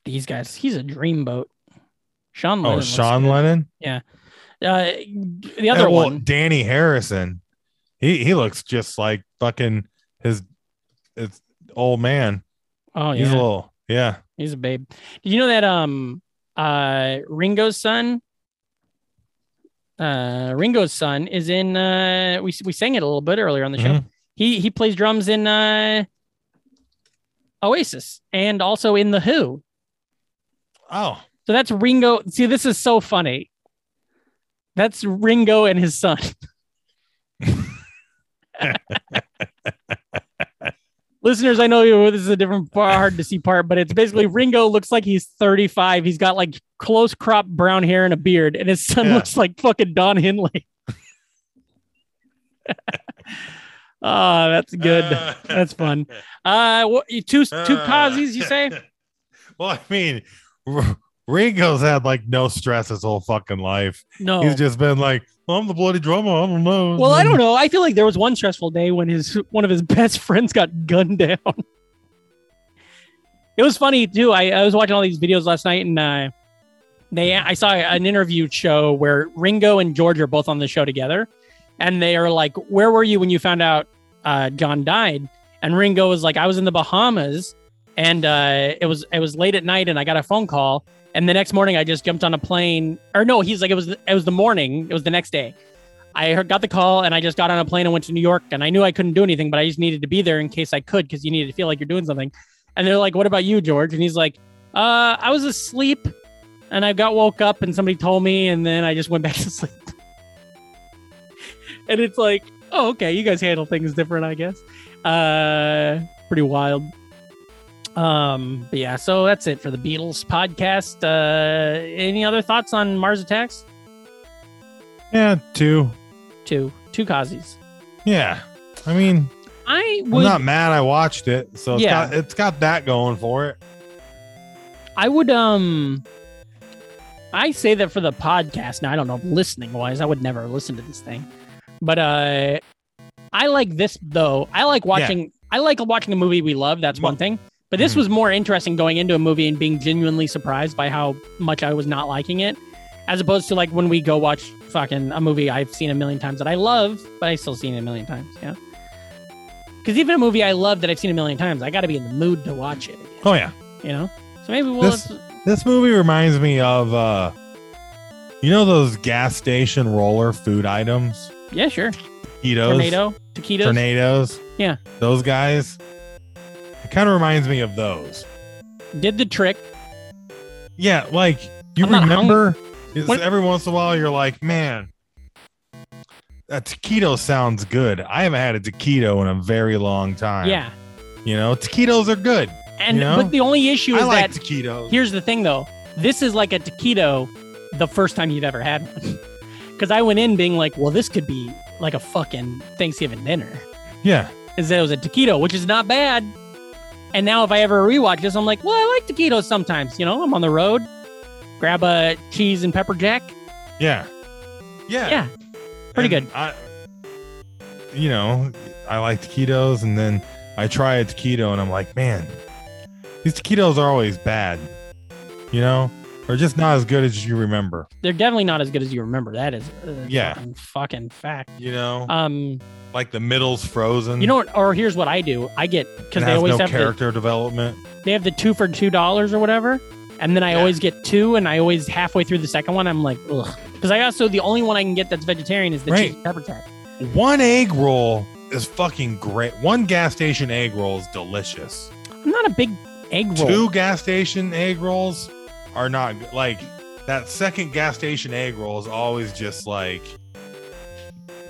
These guys, he's a dreamboat. Sean Lennon. Oh, looks Sean good. Lennon. Uh, the other And, well, one. Danny Harrison. He he looks just like fucking his, his old man. Oh yeah, He's a little yeah. babe. Did you know that um uh Ringo's son? Uh, Ringo's son is in. Uh, we we sang it a little bit earlier on the show. He he plays drums in uh Oasis and also in the Who. Oh, So that's Ringo. See, this is so funny. That's Ringo and his son. Listeners, I know you- this is a different part, hard to see part, but it's basically Ringo looks like he's 35. He's got like close crop brown hair and a beard, and his son Yeah. looks like fucking Don Henley. Ah, that's good. Uh, that's fun. Uh, what, you- two two Uh, posies, you say? well, I mean, R- Ringo's had like no stress his whole fucking life. No, He's just been like, well, I'm the bloody drummer. I don't know. Oh. Well, I don't know. I feel like there was one stressful day when his one of his best friends got gunned down. It was funny too. I, I was watching all these videos last night, and uh, they I saw an interview show where Ringo and George are both on the show together, and they are like, "Where were you when you found out uh, John died?" And Ringo was like, "I was in the Bahamas, and uh, it was it was late at night, and I got a phone call." And the next morning, I just jumped on a plane. Or no, he's like, it was it was the morning. It was the next day. I heard, got the call and I just got on a plane and went to New York and I knew I couldn't do anything, but I just needed to be there in case I could because you needed to feel like you're doing something. And they're like, "What about you, George?" And he's like, "Uh, I was asleep and I got woke up and somebody told me and then I just went back to sleep." and it's like, "Oh, okay, you guys handle things different, I guess." Uh, pretty wild. Um, but yeah, so that's it for the Beatles podcast. Uh, any other thoughts on Mars Attacks? Yeah, two. Two, two Kazis. Yeah. I mean, I I'm would not mad. I watched it, so it's Yeah. got it's got that going for it. I would um I say that for the podcast. Now I don't know listening wise, I would never listen to this thing. But uh I like this though. I like watching I like watching a movie we love, that's Mo- one thing. But this Mhm. was more interesting going into a movie and being genuinely surprised by how much I was not liking it. As opposed to like when we go watch fucking a movie I've seen a million times that I love, but I still seen it a million times. Yeah. Because even a movie I love that I've seen a million times, I got to be in the mood to watch it. again, Oh yeah. You know. So maybe we'll. This- This movie reminds me of uh you know those gas station roller food items? Yeah, sure. Cheetos. Tornado, taquitos. Tornadoes. Yeah. Those guys. It kind of reminds me of those. Did the trick. Yeah, like you I'm not remember it's- What- every once in a while you're like, man, a taquito sounds good. I haven't had a taquito in a very long time. Yeah, You know, taquitos are good. and You know? but the only issue is I like that taquitos. here's the thing though. This is like a taquito, the first time you've ever had one. Because I went in being like, well, this could be like a fucking Thanksgiving dinner. yeah. Instead, it was a taquito, which is not bad. And now, if I ever rewatch this, I'm like, well, I like taquitos sometimes. You know, I'm on the road, grab a cheese and pepper jack, Yeah. Yeah. Yeah. Pretty And I, you know, I like taquitos, and then I try a taquito, and I'm like, man, these taquitos are always bad. You know, or just not as good as you remember. They're definitely not as good as you remember. That is a Yeah. fucking, fucking fact. You know, Um, like the middle's frozen. you know what? Or here's what I do. I get because and they has always no have the, character development. they have the two for two dollars or whatever, and then I Yeah. always get two, and I always halfway through the second one, I'm like, ugh, because I also the only one I can get that's vegetarian is the Right. cheese pepper tart. One egg roll is fucking great. One gas station egg roll is delicious. I'm not a big egg roll. two gas station egg rolls are not good. like that second gas station egg roll is always just like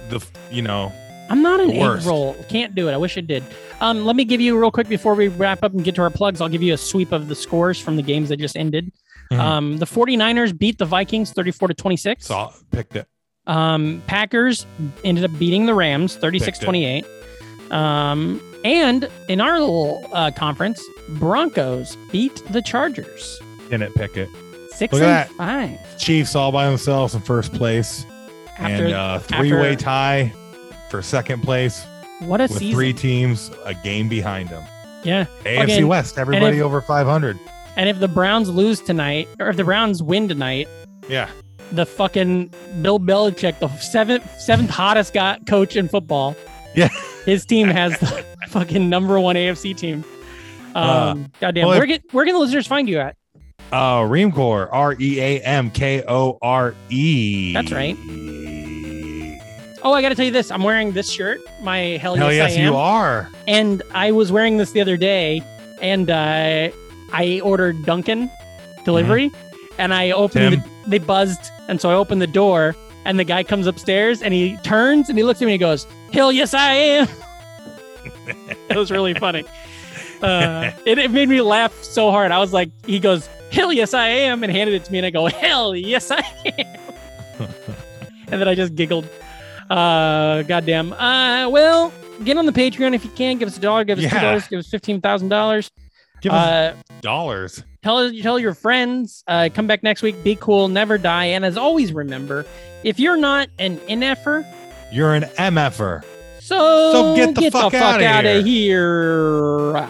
the f- you know I'm not an The egg worst. roll. Can't do it. I wish it did. Um, let me give you real quick before we wrap up and get to our plugs. I'll give you a sweep of the scores from the games that just ended. Mhm. Um, the 49ers beat the Vikings 34 to 26. saw picked it Um, Packers ended up beating the Rams 36 28. Um, and in our little uh, conference, Broncos beat the Chargers didn't pick it six Look and at five chiefs all by themselves in first place after and uh three-way after- tie for second place what a with season. three teams a game behind them Yeah. afc Again, west everybody if- over 500 And if the Browns lose tonight, or if the Browns win tonight, yeah the fucking Bill Belichick, the seventh seventh hottest guy, coach in football. Yeah. his team has the fucking number one AFC team. Um, Uh, goddamn, well, where get where can the listeners find you at? Uh, Reamcore, R E A M K O R E. That's right. Oh, I got to tell you this: I'm wearing this shirt. My hell, Hell Oh, yes, yes, I am. you are. And I was wearing this the other day, and uh, I ordered Dunkin' delivery, and I opened. Mm-hmm. Tim. The, they buzzed, and so I opened the door, and the guy comes upstairs, and he turns and he looks at me and he goes, "Hell yes, I am." it was really funny. Uh, it, it made me laugh so hard. I was like, he goes, "Hell yes, I am," and handed it to me, and I go, "Hell yes, I am," and then I just giggled. Uh, goddamn. Uh, well, get on the Patreon if you can. Give us a dollar. Give us two Yeah. dollars. Give us fifteen thousand dollars. Give us Uh, dollars. tell tell your friends. Uh, come back next week. Be cool. Never die. And as always, remember, if you're not an NFer, You're an MFer. so, So get the fuck outta outta here. here.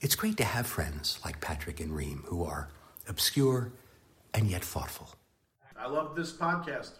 It's great to have friends like Patrick and Reem who are obscure and yet thoughtful. I love this podcast.